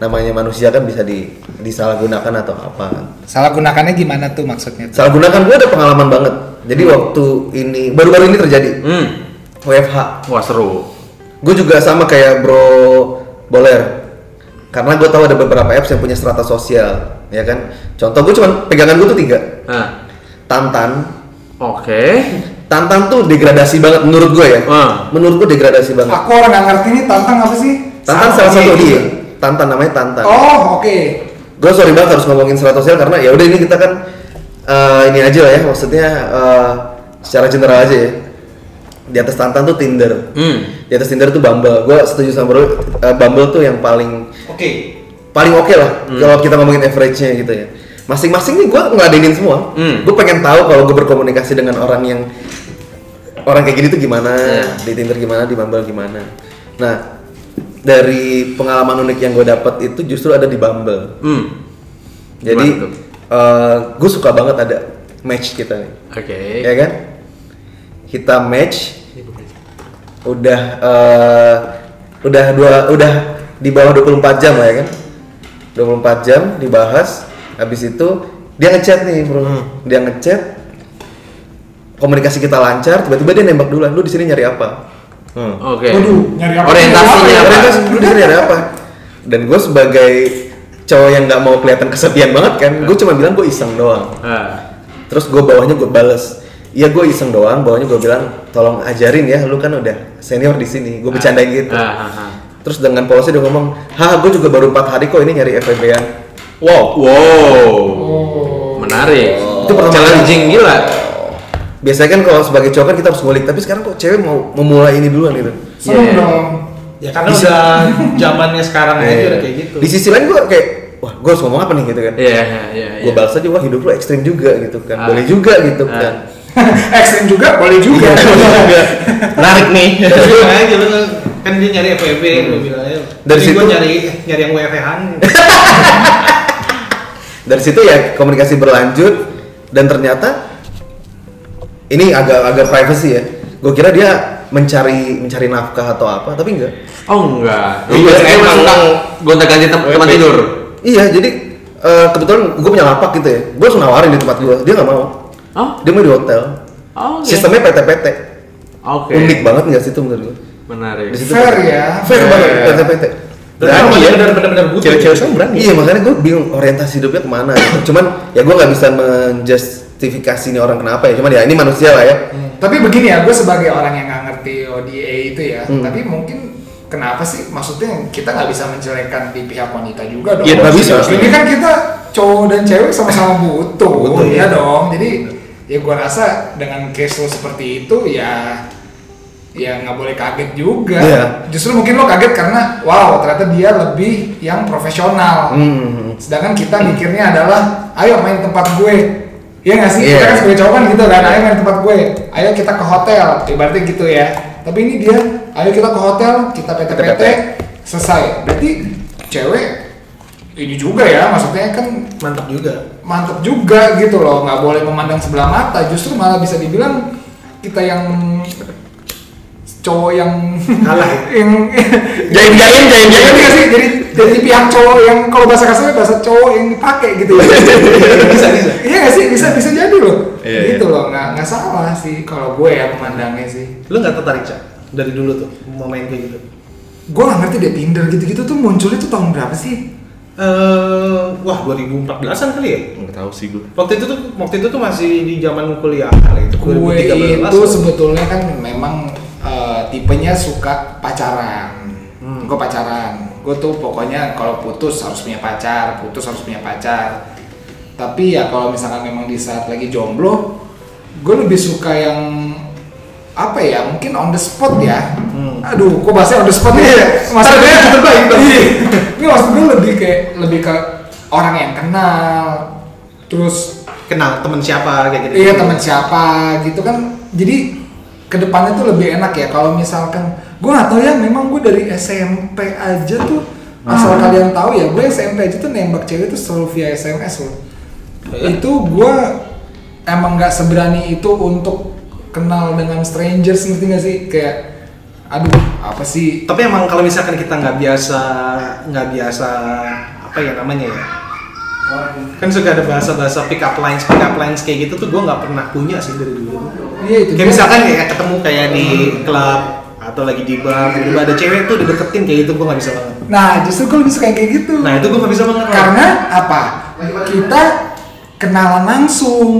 B: namanya manusia kan bisa di, disalahgunakan atau apa kan.
D: Salah gunakannya gimana tuh maksudnya?
B: salah gunakan gue ada pengalaman banget jadi waktu ini baru-baru ini terjadi
C: Hmm.
B: WFH
C: Wah seru.
B: gue juga sama kayak bro boler karena gue tahu ada beberapa apps yang punya strata sosial ya kan contoh gue cuman pegangan gue tuh tiga
C: Nah,
B: tantan
C: oke.
B: tantan tuh degradasi banget menurut gue ya
C: Ah.
B: menurut gue degradasi banget
D: Aku orang nggak ngerti nih tantang apa sih?
B: tantan salah satu
C: gitu.
B: dia tantan namanya tantan
D: Oh oke.
B: gue sorry banget harus ngomongin strata sosial karena ya udah ini kita kan eh, ini aja lah ya maksudnya eh, secara general aja ya di atas tantan tuh tinder
C: Hmm.
B: di atas tinder tuh bumble gue setuju sama bro eh, bumble tuh yang paling
A: Oke.
B: paling oke lah
C: Hmm.
B: kalau kita ngomongin average-nya gitu ya masing-masing nih gue ngeladenin semua
C: Hmm.
B: gue pengen tahu kalau gue berkomunikasi dengan orang yang orang kayak gini tuh gimana
C: Ya.
B: di Tinder gimana di Bumble gimana nah dari pengalaman unik yang gue dapat itu justru ada di Bumble
C: Hmm. Gimana
B: jadi
C: tuh?
E: eh,
B: gue suka banget ada match kita nih
C: Oke.
B: ya kan kita match udah eh, udah dua udah di bawah 24 jam lah ya kan 24 jam dibahas habis itu dia ngechat nih bro dia ngechat komunikasi kita lancar tiba-tiba dia nembak duluan lu di sini nyari apa
C: Oke.
D: Waduh, nyari apa?
C: Orientasinya
D: Nyari
C: apa?
B: Ternyata lu di sini ada apa dan gue sebagai cowok yang nggak mau kelihatan kesepian banget kan gue cuma bilang gue iseng doang
C: Ah.
B: Terus gue bawahnya gue bales. Iya gue iseng doang, bawahnya gue bilang tolong ajarin ya, lu kan udah senior di sini. Gue bercandain gitu.
C: Ah, ah, ah.
B: Terus dengan polosnya dia ngomong, hah gue juga baru 4 hari kok ini nyari FVB-an.
E: Oh,
C: Wow. Wow.
D: Oh.
C: Menarik.
B: Itu pertama
C: challenging gila.
B: Biasanya kan kalau sebagai cowok kan kita harus ngulik, tapi sekarang kok cewek mau memulai ini duluan gitu.
D: Serem
C: Iya.
D: dong.
A: Ya karena udah zamannya sekarang aja udah kayak gitu.
B: Di sisi lain gue kayak, wah gue harus ngomong apa nih gitu kan.
C: Iya, iya, iya.
B: Gue balas aja, wah hidup lu ekstrim juga gitu kan.
C: Ah.
B: Boleh juga gitu
C: Ah.
B: kan.
D: Ekstrim juga boleh juga.
E: Menarik nih.
A: Terus dia bilang aja, lu kan- kan dia nyari FWB, gue bilang aja.
B: Dari
A: Jadi gua
B: situ-
A: nyari nyari yang WFH-an.
B: dari situ ya komunikasi berlanjut dan ternyata ini agak agak privacy ya gue kira dia mencari mencari nafkah atau apa tapi enggak
C: Oh enggak. Lu
E: Iya,
C: biasanya
E: emang.
C: suka gonta-ganti tem-
E: Wait,
C: teman
E: wait.
C: tidur.
B: iya jadi eh, kebetulan gue punya lapak gitu ya gue langsung nawarin di tempat gue dia nggak mau
C: Oh,
B: dia mau di hotel
C: oh oke.
B: sistemnya PT-PT
C: Oke.
B: unik banget nggak sih itu menurut gue Di
C: Menarik.
B: situ
D: Fair
B: PT.
D: ya.
B: fair
C: Fair. iya.
B: banget PT-PT ya?
A: Berarti
E: iya.
A: benar benar-benar butuh.
E: Cewek-cewek sekarang berani.
B: Iya makanya gue bingung orientasi hidupnya kemana. gitu. Cuman ya gue nggak bisa menjustifikasi ini orang kenapa ya. Cuman ya ini manusia lah ya.
D: Tapi begini ya, gue sebagai orang yang nggak ngerti ODA itu ya.
B: Hmm.
D: Tapi mungkin kenapa sih? Maksudnya kita nggak bisa menjelekkan di pihak wanita juga dong.
B: Iya, nggak bisa.
D: Ini kan kita cowok dan cewek sama-sama butuh,
B: Butuh,
D: ya
B: iya.
D: dong. Jadi ya gue rasa dengan case lo seperti itu ya ya nggak boleh kaget juga.
B: Iya.
D: Justru mungkin lo kaget karena wow ternyata dia lebih yang profesional.
B: Hmm.
D: Sedangkan kita mikirnya adalah, ayo main tempat gue. Iya nggak sih? Kita
B: Iya.
D: kan sebagai cowok kan gitu kan, ayo main tempat gue. Ayo kita ke hotel, ibaratnya gitu ya. Tapi ini dia, ayo kita ke hotel, kita PT-PT,
B: PT.
D: selesai. Berarti cewek ini juga ya, maksudnya kan
A: Mantap juga.
D: mantep juga gitu loh, nggak boleh memandang sebelah mata. Justru malah bisa dibilang kita yang cowok yang
A: Kalah. ya.
D: yang
E: Jaim jaim
D: Iya
E: jaim
C: gitu.
E: jaim.
D: nggak sih? Jadi jadi pihak cowok yang kalau bahasa kasarnya bahasa cowok yang dipakai gitu ya. bisa bisa. Iya nggak sih? Bisa bisa jadi loh.
E: Iya,
D: gitu loh, nggak nggak salah sih kalau gue ya memandangnya sih.
A: Lu nggak tertarik cak dari dulu tuh mau main kayak gitu.
D: Gue nggak ngerti deh Tinder gitu-gitu tuh munculnya tuh tahun berapa sih?
A: Eh, wah 2014-an kali ya?
E: Nggak tahu sih gue.
A: Waktu itu tuh waktu itu tuh masih di zaman kuliah gitu, kali itu
D: Gue
A: 2013.
D: itu sebetulnya kan memang eh, tipenya suka pacaran. Gue pacaran. Gue tuh pokoknya kalau putus harus punya pacar, putus harus punya pacar. Tapi ya kalau misalkan memang di saat lagi jomblo, gue lebih suka yang apa ya? Mungkin on the spot ya. Aduh, kok bahasnya on the spot ya? Maksudnya terbaik Ini maksud gue lebih kayak lebih ke orang yang kenal, terus
A: kenal temen siapa kayak gitu.
D: Iya teman siapa gitu kan. Jadi kedepannya tuh lebih enak ya kalau misalkan gue nggak tahu ya memang gue dari SMP aja tuh
A: Ah.
D: Asal kalian tahu ya, gue SMP aja tuh nembak cewek tuh selalu via SMS loh.
A: Iya.
D: Itu gue emang nggak seberani itu untuk kenal dengan strangers ngerti gak sih? Kayak, aduh apa sih?
A: tapi emang kalau misalkan kita nggak biasa nggak biasa apa ya namanya ya kan suka ada bahasa-bahasa pick up lines pick up lines kayak gitu tuh gue nggak pernah punya sih dari dulu
D: Iya itu.
A: kayak
D: dia.
A: misalkan kayak ketemu kayak di klub atau lagi di bar tiba-tiba ada cewek tuh dideketin kayak gitu gue nggak bisa banget
D: Nah justru gue lebih suka yang kayak gitu.
A: nah itu gue nggak bisa banget
D: Karena apa? Kita kenalan langsung.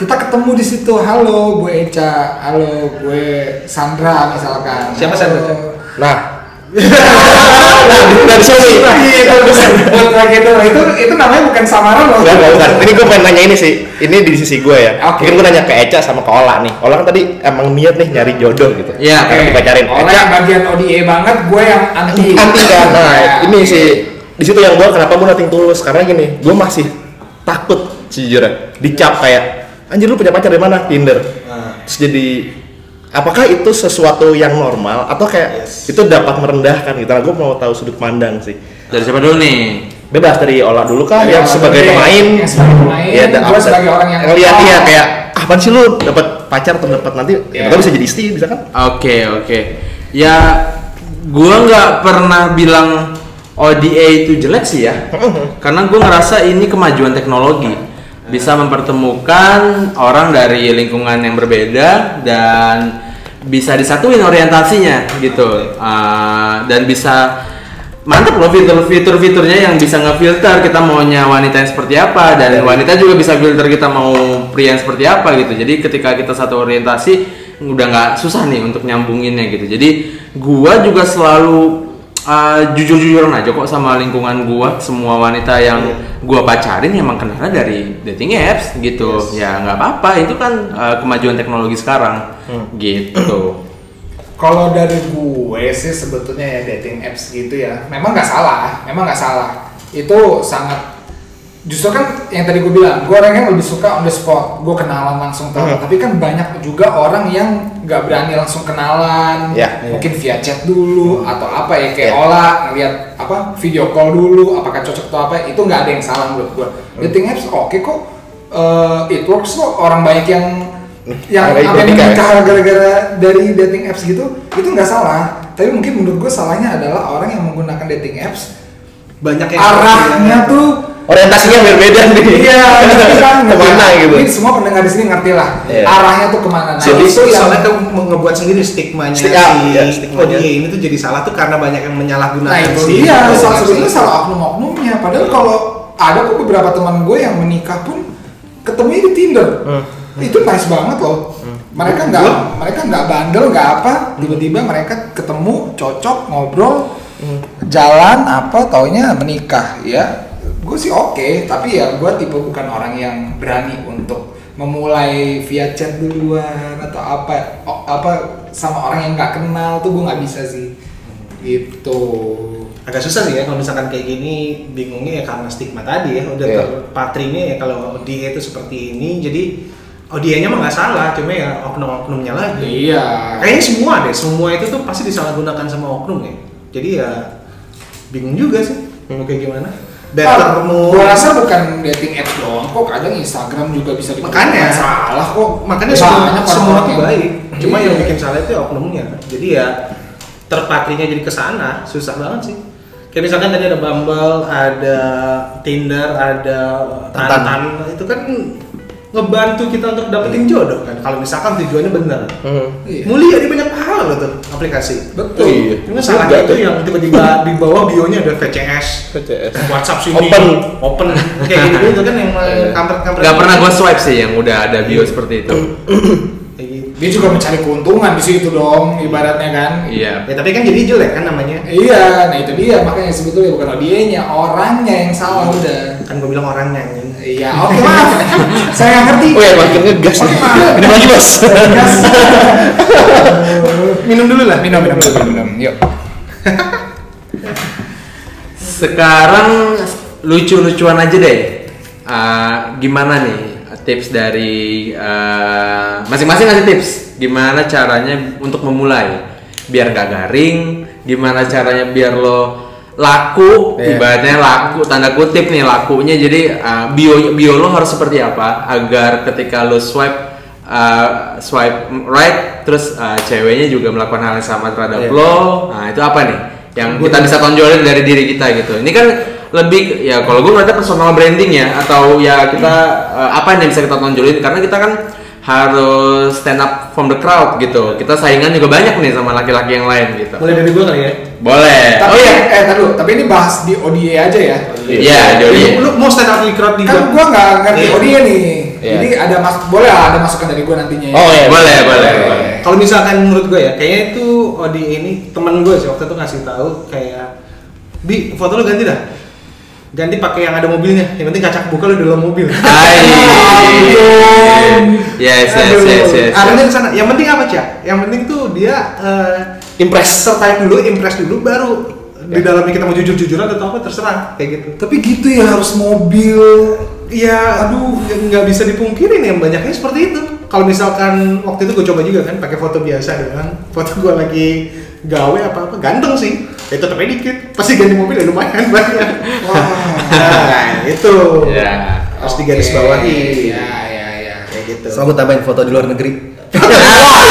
D: Kita ketemu di situ. Halo, gue Eca. Halo, gue Sandra misalkan.
A: Siapa
D: Halo.
A: Sandra?
E: Nah. nah, nggak bisa nih.
D: Iya, buat gitu. Itu itu namanya bukan samaran loh.
E: Enggak, enggak, bukan. Ini gue pengen nanya ini sih. Ini di sisi gue ya.
D: Oke.
E: Mungkin gue nanya ke Eca sama ke Ola nih. Ola kan tadi emang niat nih nyari jodoh gitu.
C: Iya,
E: Kan
D: Oke.
E: dipacarin.
D: Orang
E: Eca
D: yang bagian ODA banget, gue yang anti.
E: anti kan. Nah,
D: Ya.
E: ini sih di situ yang gue kenapa gue nating tulus karena gini, gue masih takut sejujurnya dicap kayak anjir lu punya pacar di mana Tinder.
D: Ah.
E: Terus jadi apakah itu sesuatu yang normal atau kayak itu dapat merendahkan gitu? Nah, gue mau tahu sudut pandang sih.
C: Dari siapa dulu nih?
E: Bebas dari olah dulu kah
D: Dari
E: yang
D: Ola
E: sebagai
D: dulu deh,
E: pemain? Iya,
D: yang Iya, sebagai pemain,
E: dan
D: gua
E: apa-
D: sebagai orang yang-
E: ngeliat dia kayak "Ah, apaan sih lu dapat pacar atau dapat nanti
D: Iya.
E: ya, bakal bisa jadi istri bisa kan?
C: Oke oke. Ya gua nggak pernah bilang ODA itu jelek sih ya. Karena gua ngerasa ini kemajuan teknologi bisa mempertemukan orang dari lingkungan yang berbeda dan bisa disatuin orientasinya gitu Ah, dan bisa mantep loh fitur-fitur-fiturnya yang bisa ngefilter kita maunya wanita yang seperti apa dan wanita juga bisa filter kita mau pria yang seperti apa gitu jadi ketika kita satu orientasi udah nggak susah nih untuk nyambunginnya gitu jadi gua juga selalu uh, jujur-jujuran aja kok sama lingkungan gua semua wanita yang gua pacarin emang kenalnya dari dating apps gitu ya nggak apa-apa itu kan uh, kemajuan teknologi sekarang gitu
D: Kalau dari gue sih sebetulnya ya dating apps gitu ya, memang nggak salah, memang nggak salah. Itu sangat justru kan yang tadi gue bilang, gue orangnya lebih suka on the spot, gue kenalan langsung tahu.
E: Hmm.
D: Tapi kan banyak juga orang yang nggak berani langsung kenalan,
E: Ya, Hmm.
D: mungkin via chat dulu atau apa ya kayak olah ngeliat apa video call dulu, apakah cocok atau apa itu nggak ada yang salah menurut gue.
E: Hmm.
D: Dating apps oke kok, Eh, it works kok. Orang banyak yang yang
E: Ada yang
D: apa
E: nikah ya?
D: menikah gara-gara dari dating apps gitu itu nggak salah tapi mungkin menurut gue salahnya adalah orang yang menggunakan dating apps
A: banyak yang
D: arahnya tuh
E: Orientasinya berbeda nih.
D: iya ngerti kan ngerti
E: kemana
D: kan?
E: gitu?
D: ini semua pendengar di sini ngerti lah
E: Iya.
D: arahnya tuh kemana nah
A: jadi
D: itu yang iya,
A: soalnya tuh ngebuat sendiri stigmanya
E: Sti- ah,
A: si
E: ya, stigmanya.
A: ODA ini tuh jadi salah tuh karena banyak yang menyalahgunakan
D: nah itu
A: si-
D: dia
A: si-
D: salah
A: si-
D: sebetulnya salah oknum-oknumnya padahal kalau ada kok beberapa teman gue yang menikah pun ketemunya di Tinder itu nice banget loh mereka nggak mereka nggak bandel nggak apa tiba-tiba mereka ketemu cocok ngobrol jalan apa taunya menikah ya gue sih oke tapi ya gue tipe bukan orang yang berani untuk memulai via chat duluan atau apa o- apa sama orang yang nggak kenal tuh gue nggak bisa sih gitu
A: agak susah sih ya kalau misalkan kayak gini bingungnya ya karena stigma tadi ya udah
E: Iya.
A: terpatrinya ya kalau ODA itu seperti ini jadi ODA-nya mah nggak salah cuma ya oknum-oknumnya lagi
D: Iya.
A: kayaknya semua deh semua itu tuh pasti disalahgunakan sama oknum ya jadi ya bingung juga sih mau kayak gimana better mau
D: Nah, Gua rasa bukan dating apps doang kok, kadang Instagram juga bisa dipakai.
A: Makanya.
D: Bukan salah kok.
A: Nah, makanya semua,
D: Banyak
A: semua
D: orang-orang
A: itu
D: yang-
A: baik cuma
D: Iya.
A: yang bikin salah itu oknumnya jadi ya terpatrinya jadi ke sana susah banget sih kayak misalkan tadi ada Bumble ada Tinder ada
B: Tantan.
A: Tantan itu kan ngebantu kita untuk dapetin jodoh kan kalau misalkan tujuannya benar
D: Iya.
A: mulia dia banyak pahala loh tuh aplikasi
D: Betul.
E: Iya.
A: cuma salahnya itu yang tiba-tiba di bawah bionya ada VCS WhatsApp sini
E: Open.
A: open kayak gitu gitu kan yang kampret-kampret gitu.
C: nggak pernah gua swipe sih yang udah ada bio seperti itu
A: Kayak gitu.
D: Dia juga mencari keuntungan di situ dong, ibaratnya kan.
C: iya
A: Ya tapi kan jadi jelek kan namanya.
D: Iya, nah itu dia makanya sebetulnya bukan odianya, orangnya yang salah udah.
A: Kan gue bilang orangnya anjing.
D: Iya, oke maaf. Saya nggak ngerti.
E: Oh
A: iya.
E: ya makin ngegas
D: Oke,
E: nih.
D: maaf.
E: Minum lagi bos.
D: Gas.
A: Minum dulu lah. Oh,
D: minum, minum, minum, minum. Yuk.
C: Sekarang lucu-lucuan aja deh. Ah, gimana nih tips dari ah, masing-masing ngasih tips gimana caranya untuk memulai biar gak garing, gimana caranya biar lo laku
B: Iya.
C: ibaratnya laku tanda kutip nih lakunya jadi uh, bio bio lo harus seperti apa agar ketika lo swipe uh, swipe right terus uh, ceweknya juga melakukan hal yang sama terhadap
B: Iya.
C: lo nah itu apa nih yang kita bisa tonjolin dari diri kita gitu ini kan lebih ya kalau gue ngeliatnya personal branding ya atau ya kita uh, apa yang bisa kita tonjolin karena kita kan harus stand up from the crowd gitu kita saingan juga banyak nih sama laki-laki yang lain gitu
A: Mulai dari gua kali ya.
C: boleh
D: Tapi,
C: oh iya
D: eh tar dulu, tapi ini bahas di ODA aja ya.
C: Iya, Jody.
A: Lu, lu mau stand up di crowd di
D: Kan gua nggak ngerti
A: Iya.
D: ODA nih.
E: Iya.
D: Jadi ada mas boleh lah ada masukan dari gua nantinya. ya.
E: Oh, iya.
C: Boleh, boleh,
D: Oke.
C: boleh.
A: kalau misalkan menurut gue ya kayaknya itu Odi ini temen gue sih waktu itu ngasih tahu kayak bi foto lu ganti dah ganti pakai yang ada mobilnya yang penting kaca buka lu di dalam mobil
C: Hai.
A: Iya,
C: Yes, yes, yes, yes.
A: Arahnya ke Ah, sana. Yang penting apa, Cak? Yang penting tuh dia eh, impress sertain dulu, impress dulu baru
C: Ya.
A: di dalamnya kita mau jujur-jujuran atau apa terserah kayak gitu.
D: Tapi gitu ya harus mobil.
A: Iya, aduh, ya nggak bisa dipungkirin yang banyaknya seperti itu. Kalau misalkan waktu itu gue coba juga kan pakai foto biasa doang, foto gue lagi gawe apa apa ganteng sih, ya tetapnya dikit. Pasti ganti mobil ya lumayan banyak.
D: Wah.
A: Nah, itu
C: Ya.
A: harus digaris bawahi.
D: Iya, iya, iya.
A: Kayak gitu.
B: So aku tambahin foto di luar negeri.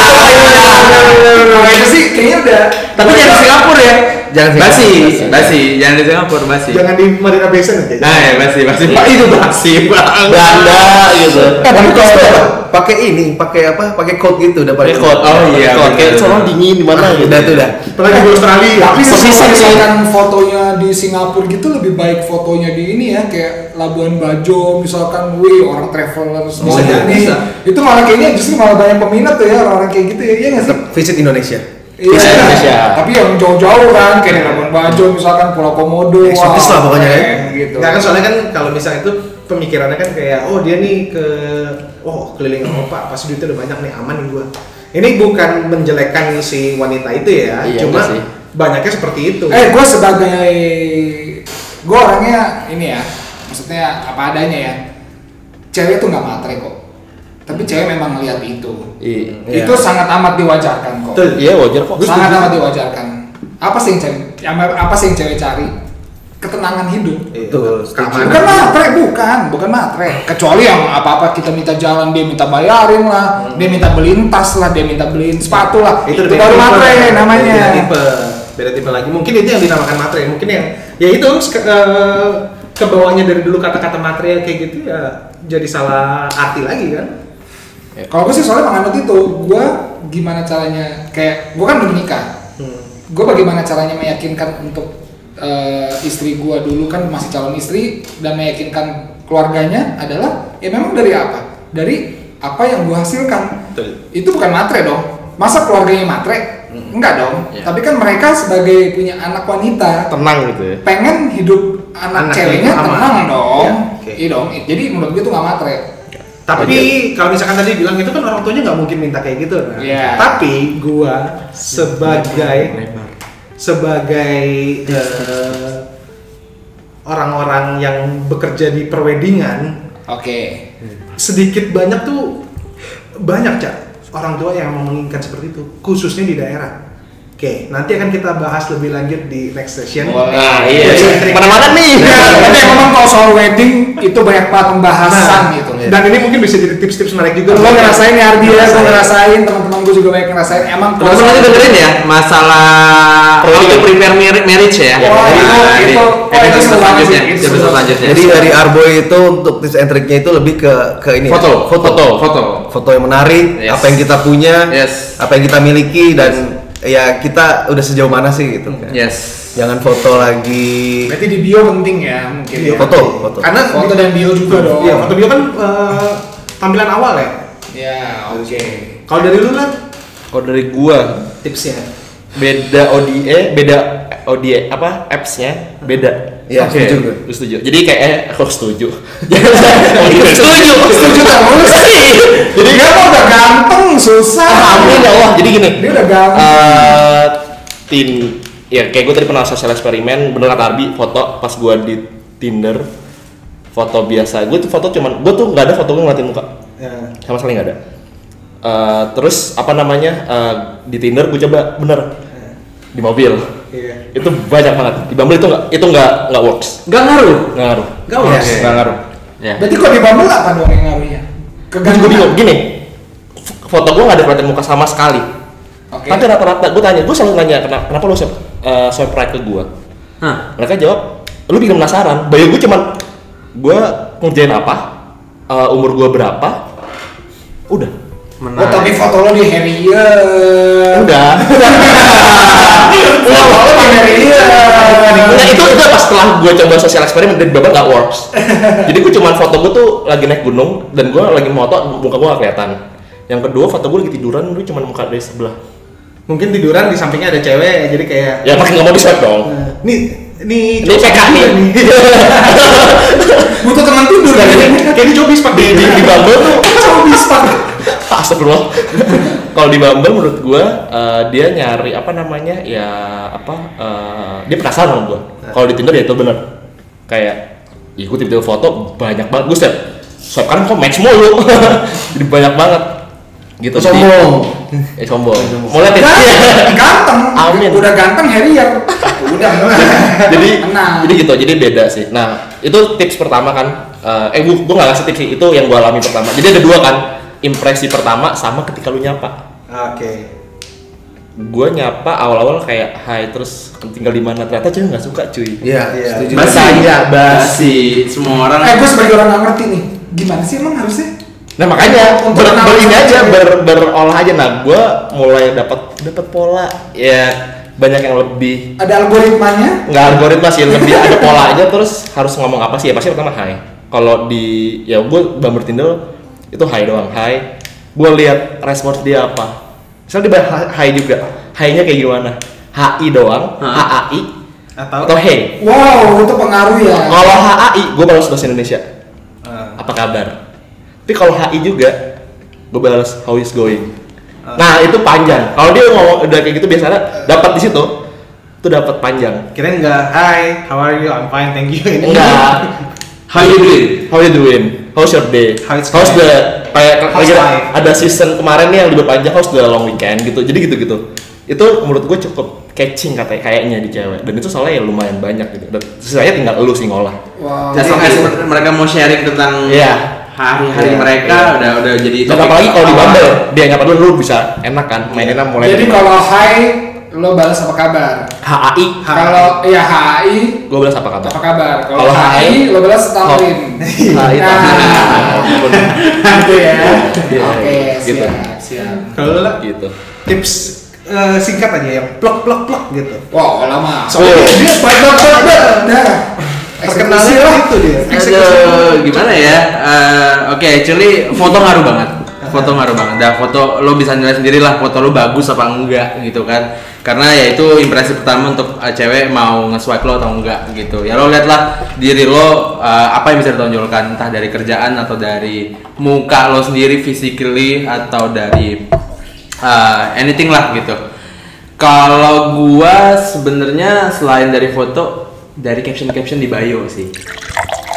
A: Nah,
D: Kalau itu sih kayaknya udah
C: Tapi jangan di Singapura ya.
B: Jangan Singapura.
C: basi,
B: Basi.
C: basi, jangan di Singapura basi.
A: Jangan di Marina Basin aja.
C: Nah, ya, basi, basi. Pak itu basi banget.
E: Belanda gitu.
B: Eh, tapi kalau pakai ini, pakai apa? Pakai coat gitu udah pakai.
E: Rekod.
C: Oh, iya,
E: Rekod. Kayak
C: bener.
E: soalnya dingin di mana gitu.
B: Udah tuh dah.
A: Pernah di Australia.
D: Tapi
E: Posisi
D: sih
E: sih.
D: misalkan fotonya di Singapura gitu lebih baik fotonya di ini ya kayak Labuan Bajo misalkan wih orang traveler semua
A: jadi,
D: ini.
A: bisa.
D: Itu malah kayaknya justru malah banyak peminat tuh ya orang-orang kayak gitu ya. Iya nggak sih?
B: Tetap visit Indonesia.
D: Iya.
E: Indonesia.
D: Tapi yang jauh-jauh kan kayak di Labuan Bajo misalkan Pulau Komodo.
B: Eksotis
D: wah,
B: lah pokoknya ya.
D: keren Gitu.
A: Nggak kan soalnya kan kalau misalnya itu pemikirannya kan kayak oh dia nih ke oh keliling Eropa pasti duitnya udah banyak nih aman nih gua. Ini bukan menjelekkan si wanita itu ya,
E: Iya,
A: cuma
E: iya sih.
A: banyaknya seperti itu. Iya.
D: Eh, gue sebagai gue orangnya ini ya, maksudnya apa adanya ya. Cewek tuh nggak matre kok, tapi cewek memang ngeliat itu.
E: Iya.
D: Itu sangat amat diwajarkan kok.
A: Betul.
E: Iya wajar kok.
D: Sangat amat diwajarkan. Apa sih yang cewek? Apa sih yang cewek cari? Ketenangan hidup.
B: Betul,
A: keamanan.
D: Bukan matre, bukan, bukan matre. Kecuali yang apa-apa kita minta jalan, dia minta bayarin lah, dia minta beliin tas lah, dia minta beliin sepatu lah. Itu,
A: beda
D: baru
A: tipe.
D: matre namanya.
A: Beda tipe, beda tipe lagi. Mungkin itu yang dinamakan matre. Mungkin yang ya itu ke, eh, kebawahnya dari dulu kata-kata matre yang kayak gitu ya jadi salah arti lagi kan.
D: Kalau gue sih soalnya menganut itu, gue gimana caranya kayak gue kan belum nikah,
A: Hmm.
D: gue bagaimana caranya meyakinkan untuk eh, istri gue dulu kan masih calon istri dan meyakinkan keluarganya adalah ya memang dari apa? Dari apa yang gue hasilkan.
A: Betul. Hmm.
D: Itu bukan matre dong. Masa keluarganya matre? Enggak dong.
A: Ya.
E: Iya.
D: Tapi kan mereka sebagai punya anak wanita
E: Tenang gitu ya.
D: pengen hidup anak,
A: Anak
D: ceweknya
A: yang aman.
D: tenang dong.
A: Iya, oke.
D: Iya dong. Jadi menurut gue itu nggak matre.
A: Tapi kalau misalkan tadi bilang itu kan orang tuanya nggak mungkin minta kayak gitu. Nah.
D: Iya.
A: Tapi gua sebagai sebagai eh, orang-orang yang bekerja di perwedingan
D: Oke.
A: sedikit banyak tuh banyak cak orang tua yang mau menginginkan seperti itu khususnya di daerah. Oke, nanti akan kita bahas lebih lanjut di next session.
D: Boleh.
E: Nah,
A: Iya,
E: iya.
A: iya.
E: Mana-mana nih.
D: Tapi emang kalau soal wedding itu banyak banget pembahasan gitu.
A: Nah, Dan Iya. ini mungkin bisa jadi tips-tips menarik juga.
D: Gue ngerasain ya Ardi ya, gue ngerasain, teman-teman gue juga banyak ngerasain. Emang kalau
C: Teman-teman nanti dengerin ya masalah how to prepare mar- marriage ya.
D: Wah,
C: Nah,
D: itu-
C: di
D: itu- wah, itu
C: episode
D: seru banget sih.
C: selanjutnya.
D: Itu
C: Episode
D: seru.
C: selanjutnya.
B: Jadi dari Arboy itu untuk tips and triknya itu lebih ke ke ini ya?
C: Foto,
B: foto,
C: foto, foto.
B: Foto yang menarik,
C: Yes.
B: apa yang kita punya,
C: Yes.
B: apa yang kita miliki dan ya kita udah sejauh mana sih gitu kan.
C: Yes.
B: Jangan foto lagi.
D: berarti di bio penting ya mungkin.
A: Iya.
D: ya.
B: Foto, foto.
A: Karena
D: Foto dan bio juga dong.
A: Iya, foto bio kan eh, tampilan awal ya.
D: Ya, oke.
A: Kalau dari lu lah
E: Kalau dari gua
A: tipsnya.
E: beda ODE, beda ODE apa appsnya beda.
B: Iya,
E: Oke,
B: setuju gue.
E: lu setuju. Jadi kayak eh, aku setuju. Jangan setuju.
D: Setuju terus.
E: Jadi
D: Dia mah udah ganteng, susah.
E: Amin ya Allah. Jadi gini.
D: Dia udah ganteng.
E: eh, tin ya kayak gue tadi pernah sosial eksperimen bener kata Arbi foto pas gue di Tinder foto biasa gue tuh foto cuman gue tuh nggak ada foto gue ngeliatin muka
A: Ya.
E: sama sekali nggak ada Eh, terus apa namanya eh, di Tinder gue coba bener di mobil
A: Iya.
E: Itu banyak banget. Di Bumble itu nggak itu nggak nggak works.
C: Gak ngaruh.
E: Nggak ngaruh.
A: Gak
D: Oke.
A: works.
E: Nggak ngaruh. Ya.
D: Berarti kalau di Bumble apa dong yang ngaruhnya?
E: Gue juga bingung. Gini, f- foto gue nggak ada perhatian muka sama sekali.
D: Oke.
E: Tapi rata-rata gue tanya, gue selalu nanya kenapa, kenapa lo swipe, eh, swipe right ke gue.
C: Hah.
E: Mereka jawab, lu bikin penasaran. Bayar gue cuman, gue ngerjain apa, eh, umur gue berapa, udah.
D: Oh, tapi foto lo di Harrier.
E: Udah.
D: Foto lo di
E: Nah
D: Harrier.
E: itu itu pas setelah gue coba sosial eksperimen dan beberapa nggak works. Jadi gue cuman foto gue tuh lagi naik gunung dan gue lagi moto muka gue nggak kelihatan. Yang kedua foto gue lagi tiduran lu cuman muka dari sebelah.
A: Mungkin tiduran di sampingnya ada cewek, jadi kayak "Eh,
E: Ya makin nggak mau di swipe dong.
A: nih nih
E: Ini PK nih.
D: Butuh teman tidur
A: Iya.
D: kan ini.
A: kayak di jobis pak
E: Di di, di Bumble tuh
D: Cobis pak.
E: astagfirullah. Kalau di Bumble menurut gue eh, dia nyari apa namanya ya apa eh, dia penasaran sama gue. Kalau di Tinder ya itu bener kayak ih gue tiba-tiba foto banyak banget gue swipe swipe kanan kok match mulu jadi banyak banget gitu jadi-
B: Sombong.
E: Eh sombong. Mau liatin.
D: Ganteng.
E: Iya. Amin.
D: Udah ganteng Harrier. Udah.
E: jadi
D: Tenang.
E: jadi gitu, jadi beda sih. Nah, itu tips pertama kan. Eh, eh gua, gua gak ngasih tips sih, itu yang gua alami pertama. Jadi ada dua kan, impresi pertama sama ketika lu nyapa.
A: oke
E: Gua nyapa awal-awal kayak hai terus tinggal di mana ternyata cewek nggak suka cuy.
B: Iya,
A: Iya.
B: setuju.
C: Basi.
B: Iya, bas.
C: Basi. Semua orang.
D: Eh, gue sebagai orang nggak ngerti nih. Gimana sih emang harusnya?
E: Nah makanya
D: Untuk
E: ber,
D: kenal
E: ber- ini
D: sama
E: aja
D: cewek.
E: ber, berolah aja. Nah gua mulai dapat dapat pola ya banyak yang lebih
D: Ada algoritmanya?
E: nggak algoritma sih lebih ada polanya terus harus ngomong apa sih ya pasti pertama hai kalau di ya gue bumper tinder itu hai doang hai gue lihat respons dia apa misal dia bahas hai juga hai nya kayak gimana hi doang
C: Hah?
E: hai
A: atau
E: atau hey
D: Wow, itu pengaruh ya.
E: kalau hai gue balas bahasa Indonesia
A: Ah.
E: apa kabar tapi kalau hi juga gue balas how is going nah itu panjang kalau dia ngomong udah kayak gitu biasanya dapat di situ itu dapat panjang
A: kirain nggak hi how are you I'm fine thank you Ini
D: Iya.
E: enggak
C: How you doing?
E: How you doing? How's your day?
A: How it's
E: how's
A: going?
E: the kayak
A: How's
E: kira-
A: life?
E: ada season kemarin nih yang libur panjang how's the long weekend gitu. Jadi gitu-gitu. Itu menurut gue cukup catching katanya kayaknya di cewek dan itu soalnya ya lumayan banyak gitu. Dan sisanya tinggal elu sih ngolah.
D: Wow.
C: Just in case mereka mau sharing tentang
E: Iya.
C: hari-hari
E: Iya.
C: mereka
E: Iya.
C: udah udah jadi
E: Dan
C: topik
E: apalagi kalau di
C: awal.
E: Bumble dia nyapa dulu lu bisa enak kan maininnya mulai
D: Jadi
E: dari
D: kalau hai lo balas apa kabar?
E: HAI
D: Kalau ya hai
E: gue balas apa kabar?
D: apa kabar? Kalau
E: Kalau
D: hai
E: hai,
D: lo
E: oh.
D: balas tawarin.
E: HAI
D: Nah, gitu ya.
E: Iya,
D: Oke,
E: gitu.
D: siap, siap.
A: kalau lu, lah,
E: gitu.
A: tips eh, singkat aja yang plok plok plok gitu
D: Wow, lama.
A: soalnya
C: Iya.
E: Oh.
A: dia swipe up swipe up
C: Eh,
D: Nah,
A: terkenalnya
D: eksekusi lah.
A: itu dia eksekusi
C: Aduh, gimana ya? Eh, Oke, actually foto ngaruh banget. Foto ngaruh banget. Dah foto lo bisa nilai sendiri lah foto lo bagus apa enggak gitu kan. Karena ya itu impresi pertama untuk eh, cewek mau nge-swipe lo atau enggak gitu. Ya lo lihatlah diri lo eh, apa yang bisa ditonjolkan entah dari kerjaan atau dari muka lo sendiri physically atau dari eh, anything lah gitu. Kalau gua sebenarnya selain dari foto dari caption-caption di bio sih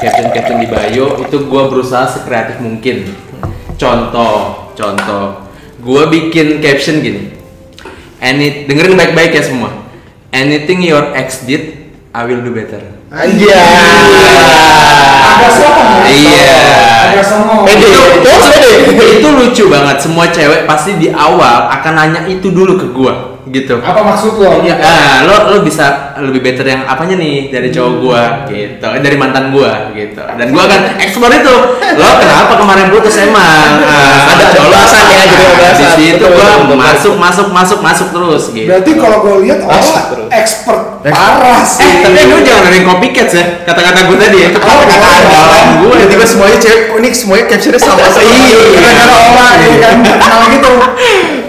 C: caption caption di bio itu gue berusaha sekreatif mungkin contoh contoh gue bikin caption gini any dengerin baik-baik ya semua anything your ex did I will do better
E: Iya.
D: Agak sombong. ya?
C: Iya.
D: Agak sombong.
E: Pede. Terus pede.
C: itu lucu banget semua cewek pasti di awal akan nanya itu dulu ke gue gitu
D: Apa maksud lo?
C: Iya, ah, lo lo bisa lebih better yang apanya nih dari
E: Hmm.
C: cowok gua gitu, eh, dari mantan gua gitu. Dan gua akan explore itu. Lo kenapa kemarin putus emang? Ah,
E: Ada- ada
C: cowok
E: alasan ya,
C: apa?
E: jadi ada
C: Di
E: alasan.
C: situ
E: Betul,
C: gua
E: betul, betul.
C: masuk masuk masuk masuk terus gitu.
D: Berarti kalau gue lihat orang
E: Masuk terus.
D: expert parah sih.
C: eh tapi lu jangan ada yang copycat ya kata-kata gua tadi ya.
D: Oh,
C: kata-kata
D: boleh.
C: dalam gua.
B: Tiba-tiba semuanya cewek, oh, ini semuanya captionnya sama sama.
C: Iya.
D: Gara-gara orang ya kan. Kenal gitu.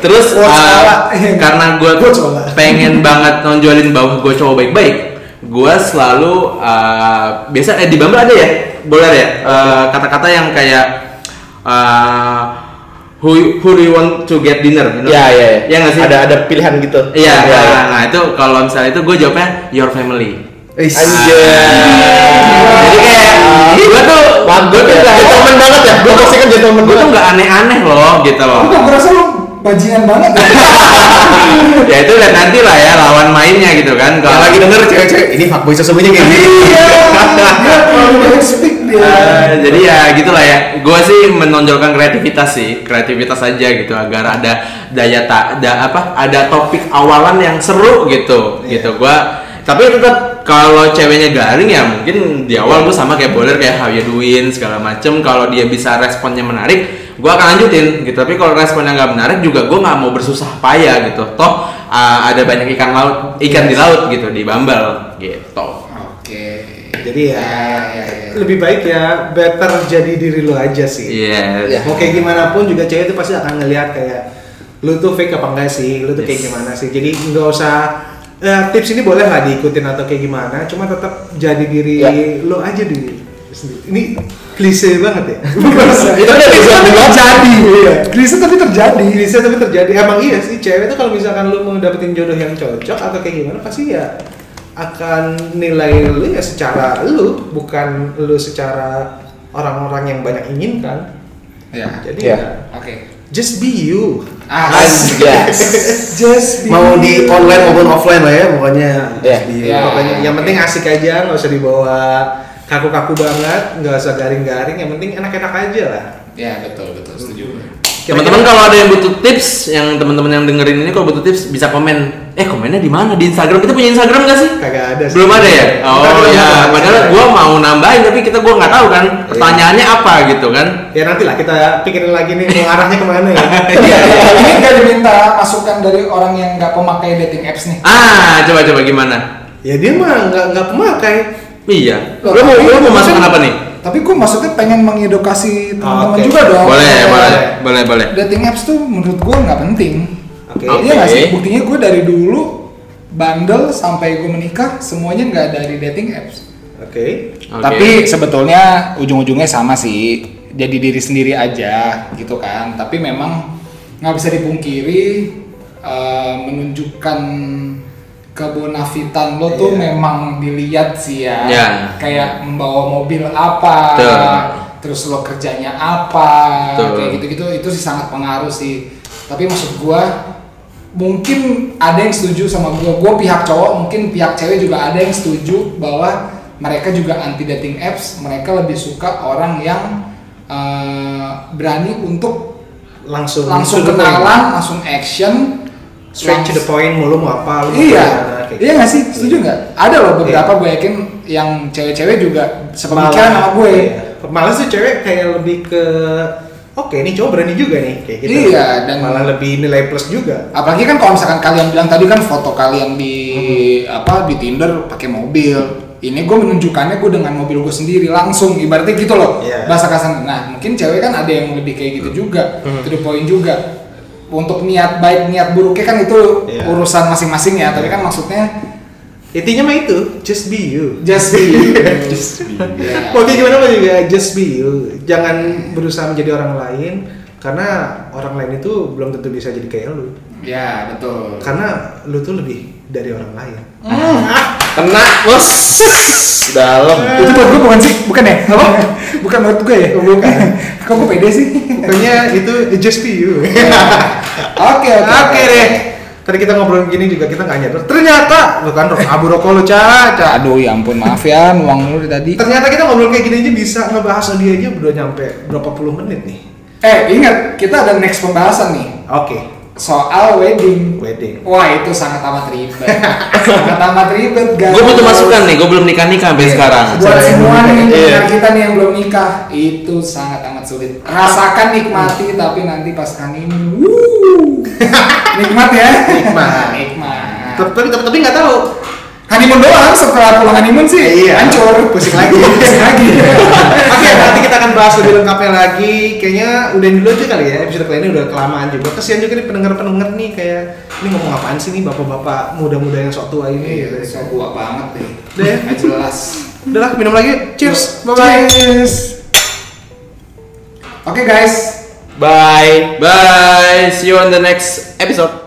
C: Terus
D: Gua
C: ah,
D: coba.
C: karena gua
D: Gua coba.
C: pengen banget nonjolin bahwa gua cowok baik-baik, gua selalu ah, biasa eh di Bumble ada ya, boleh ya eh, kata-kata yang kayak ah, who who do you want to get dinner? You know?
E: Iya iya.
C: Iya nggak sih?
E: Ada ada pilihan gitu.
C: Iya, nah, nah, itu kalau misalnya itu gue jawabnya your family.
B: Is.
C: Jadi kayak gue tuh, Iya. gue tuh nggak-
E: Gentleman banget ya. Gue pasti kan gentleman
C: gue tuh
E: banget.
C: nggak aneh-aneh loh gitu loh.
D: Gue ngerasa lo bajingan banget ya.
C: ya itu lihat nanti lah ya lawan mainnya gitu kan
B: Kalau
C: kalau
B: lagi denger cewek-cewek, ini fuckboy sesungguhnya kayak gini.
C: Iya.
D: Dia terlalu banyak speak dia.
C: Eh, jadi ya gitulah ya. Gue sih menonjolkan kreativitas sih, kreativitas aja gitu agar ada daya tak ada apa ada topik awalan yang seru gitu gitu gua tapi tetap kalau ceweknya garing ya mungkin di awal gue sama kayak boler kayak how you doing segala macem kalau dia bisa responnya menarik gua akan lanjutin gitu tapi kalau responnya nggak menarik juga gua nggak mau bersusah payah gitu toh uh, ada banyak ikan laut ikan di laut gitu di bambal gitu
D: Oke.
A: Jadi ya,
D: ya, ya.
A: lebih baik ya better jadi diri lo aja sih.
C: iya
D: Ya.
A: Mau kayak gimana pun juga cewek itu pasti akan ngelihat kayak lu tuh fake apa enggak sih, lu tuh kayak gimana sih. Jadi nggak usah eh, tips ini boleh nggak diikutin atau kayak gimana, cuma tetap jadi diri
B: Ya.
D: Iya.
A: lu aja diri sendiri. Ini klise banget ya.
B: Itu udah bisa
A: terjadi. Klise tapi terjadi. Klise tapi terjadi. Emang iya sih cewek itu kalau misalkan lu mau dapetin jodoh yang cocok atau kayak gimana pasti ya akan nilai lu ya secara lu bukan lu secara orang-orang yang banyak inginkan.
D: Ya.
A: Jadi
B: Ya.
A: ya
D: Oke.
A: Just be you.
D: Ah,
A: Just be
B: Mau di
A: you.
B: online maupun offline lah ya, pokoknya.
E: Iya.
B: Di-
D: Iya.
A: Pokoknya yang penting asik aja, nggak usah dibawa kaku-kaku banget, nggak usah garing-garing. Yang penting enak-enak aja lah.
D: ya betul betul setuju.
C: Teman-teman kalau ada yang butuh tips, yang teman-teman yang dengerin ini kalau butuh tips bisa komen. Eh komennya di mana di Instagram? Kita punya Instagram gak sih?
A: kagak ada. sih.
C: Belum ada ya?
A: Kita
C: Oh
A: belum ada. Iya.
C: ya, padahal gua mau nambahin tapi kita gua nggak tahu kan pertanyaannya apa gitu kan.
A: Ya nanti lah kita pikirin lagi nih mau arahnya kemana ya.
D: Iya, ini nggak diminta masukan dari orang yang nggak pemakai dating apps nih.
C: Ah, coba coba gimana?
A: ya dia mah nggak nggak pemakai.
C: Iya.
D: Loh,
C: Lu mau
D: tapi-
C: lu mau masukkan apa nih?
D: Tapi gue maksudnya pengen mengedukasi teman-teman
A: Oke.
D: juga dong.
C: Boleh,
A: iya.
D: Eh,
C: boleh, boleh, boleh.
D: Dating apps tuh menurut gue nggak penting.
A: Oke.
D: Iya nggak sih?
C: Oke.
D: Buktinya gue dari dulu bandel sampai gue menikah semuanya nggak dari dating apps.
A: Oke.
C: Oke.
D: Tapi sebetulnya ujung-ujungnya sama sih. Jadi diri sendiri aja gitu kan. Tapi memang nggak bisa dipungkiri eh, menunjukkan kebonafitan lo tuh
A: Iya.
D: memang dilihat sih ya.
C: Iya.
D: Kayak membawa mobil apa,
C: Betul.
D: terus lo kerjanya apa,
C: Betul.
D: kayak gitu-gitu itu sih sangat pengaruh sih. Tapi maksud gua mungkin ada yang setuju sama gue gue pihak cowok mungkin pihak cewek juga ada yang setuju bahwa mereka juga anti dating apps mereka lebih suka orang yang eh, berani untuk
A: Langsung.
D: langsung
A: to the point.
D: kenalan langsung action
A: Straight to the point. Mulu mau apa? Lu mau
D: iya
A: kemana, kayak
D: iya
A: gitu.
D: nggak sih setuju nggak ada loh beberapa
A: Iya.
D: gue yakin yang cewek-cewek juga sepemikiran
A: Malah-
D: sama ya. gue
A: Iya. Malah tuh cewek kayak lebih ke Oke, ini cowok berani juga nih, kayak gitu.
D: Iya, dan-
A: malah lebih nilai plus juga.
D: apalagi kan kalau misalkan kalian bilang tadi kan foto kalian di
A: Hmm.
D: apa di Tinder pakai mobil ini gue menunjukkannya gue dengan mobil gue sendiri langsung ibaratnya gitu loh
A: Iya. Hmm.
D: bahasa kasar nah mungkin cewek kan ada yang lebih kayak gitu juga to the point juga untuk niat baik niat buruknya kan itu
A: Iya.
D: urusan masing-masing ya tapi kan maksudnya
A: Intinya mah itu, just be you.
D: just be you. Iya.
A: Mau kayak gimana pun juga just be you. Jangan berusaha menjadi orang lain karena orang lain itu belum tentu bisa jadi kayak lu.
D: ya betul
A: Karena lu tuh lebih dari orang lain.
E: Kena bos. Dalam.
D: Eh. itu buat gue bukan sih bukan ya apa bukan buat gue ya bukan kok gue pede sih
A: Pokoknya itu just be you.
D: oke
A: Oke deh. Tadi kita ngobrol gini juga kita nggak nyadar. Ternyata bukan Rok, abu rokok lu caca.
D: Aduh, ya ampun, maaf ya, nuang lu dari tadi.
A: Ternyata kita ngobrol kayak gini aja bisa ngebahas dia aja udah nyampe berapa puluh menit nih.
D: Eh, ingat, kita ada next pembahasan nih
A: Oke,
D: soal wedding.
A: wedding.
D: Wah, itu sangat amat ribet. sangat amat ribet, guys.
C: Gue
A: Iya.
C: butuh masukan nih, gue belum nikah nikah sampai sekarang.
D: Buat
B: Acara yang
D: semua
B: belum
D: nih
B: nikah.
D: pendengar
B: Iya.
D: kita nih yang belum nikah, itu sangat amat sulit. Rasakan nikmati, tapi nanti pas honeymoon, wuh. nikmat ya.
A: Nikmat.
D: nikmat.
A: Tapi tapi tapi nggak tahu.
D: Honeymoon doang setelah pulang honeymoon sih,
A: Iya.
D: hancur, pusing lagi, pusing lagi.
A: Oke, nanti kita akan bahas lebih lengkapnya lagi. Kayaknya udahin dulu aja kali ya. Episode kali ini udah kelamaan juga. Kesian juga nih pendengar-pendengar nih kayak ini ngomong apaan sih nih bapak-bapak muda-muda yang sok tua ini gitu.
D: Iya, so gua banget deh.
A: Deh.
D: Nggak jelas.
A: Udah lah, minum lagi. yuk. Cheers. Bye-bye.
D: Okay, guys.
E: Bye.
C: Bye, see you on the next episode.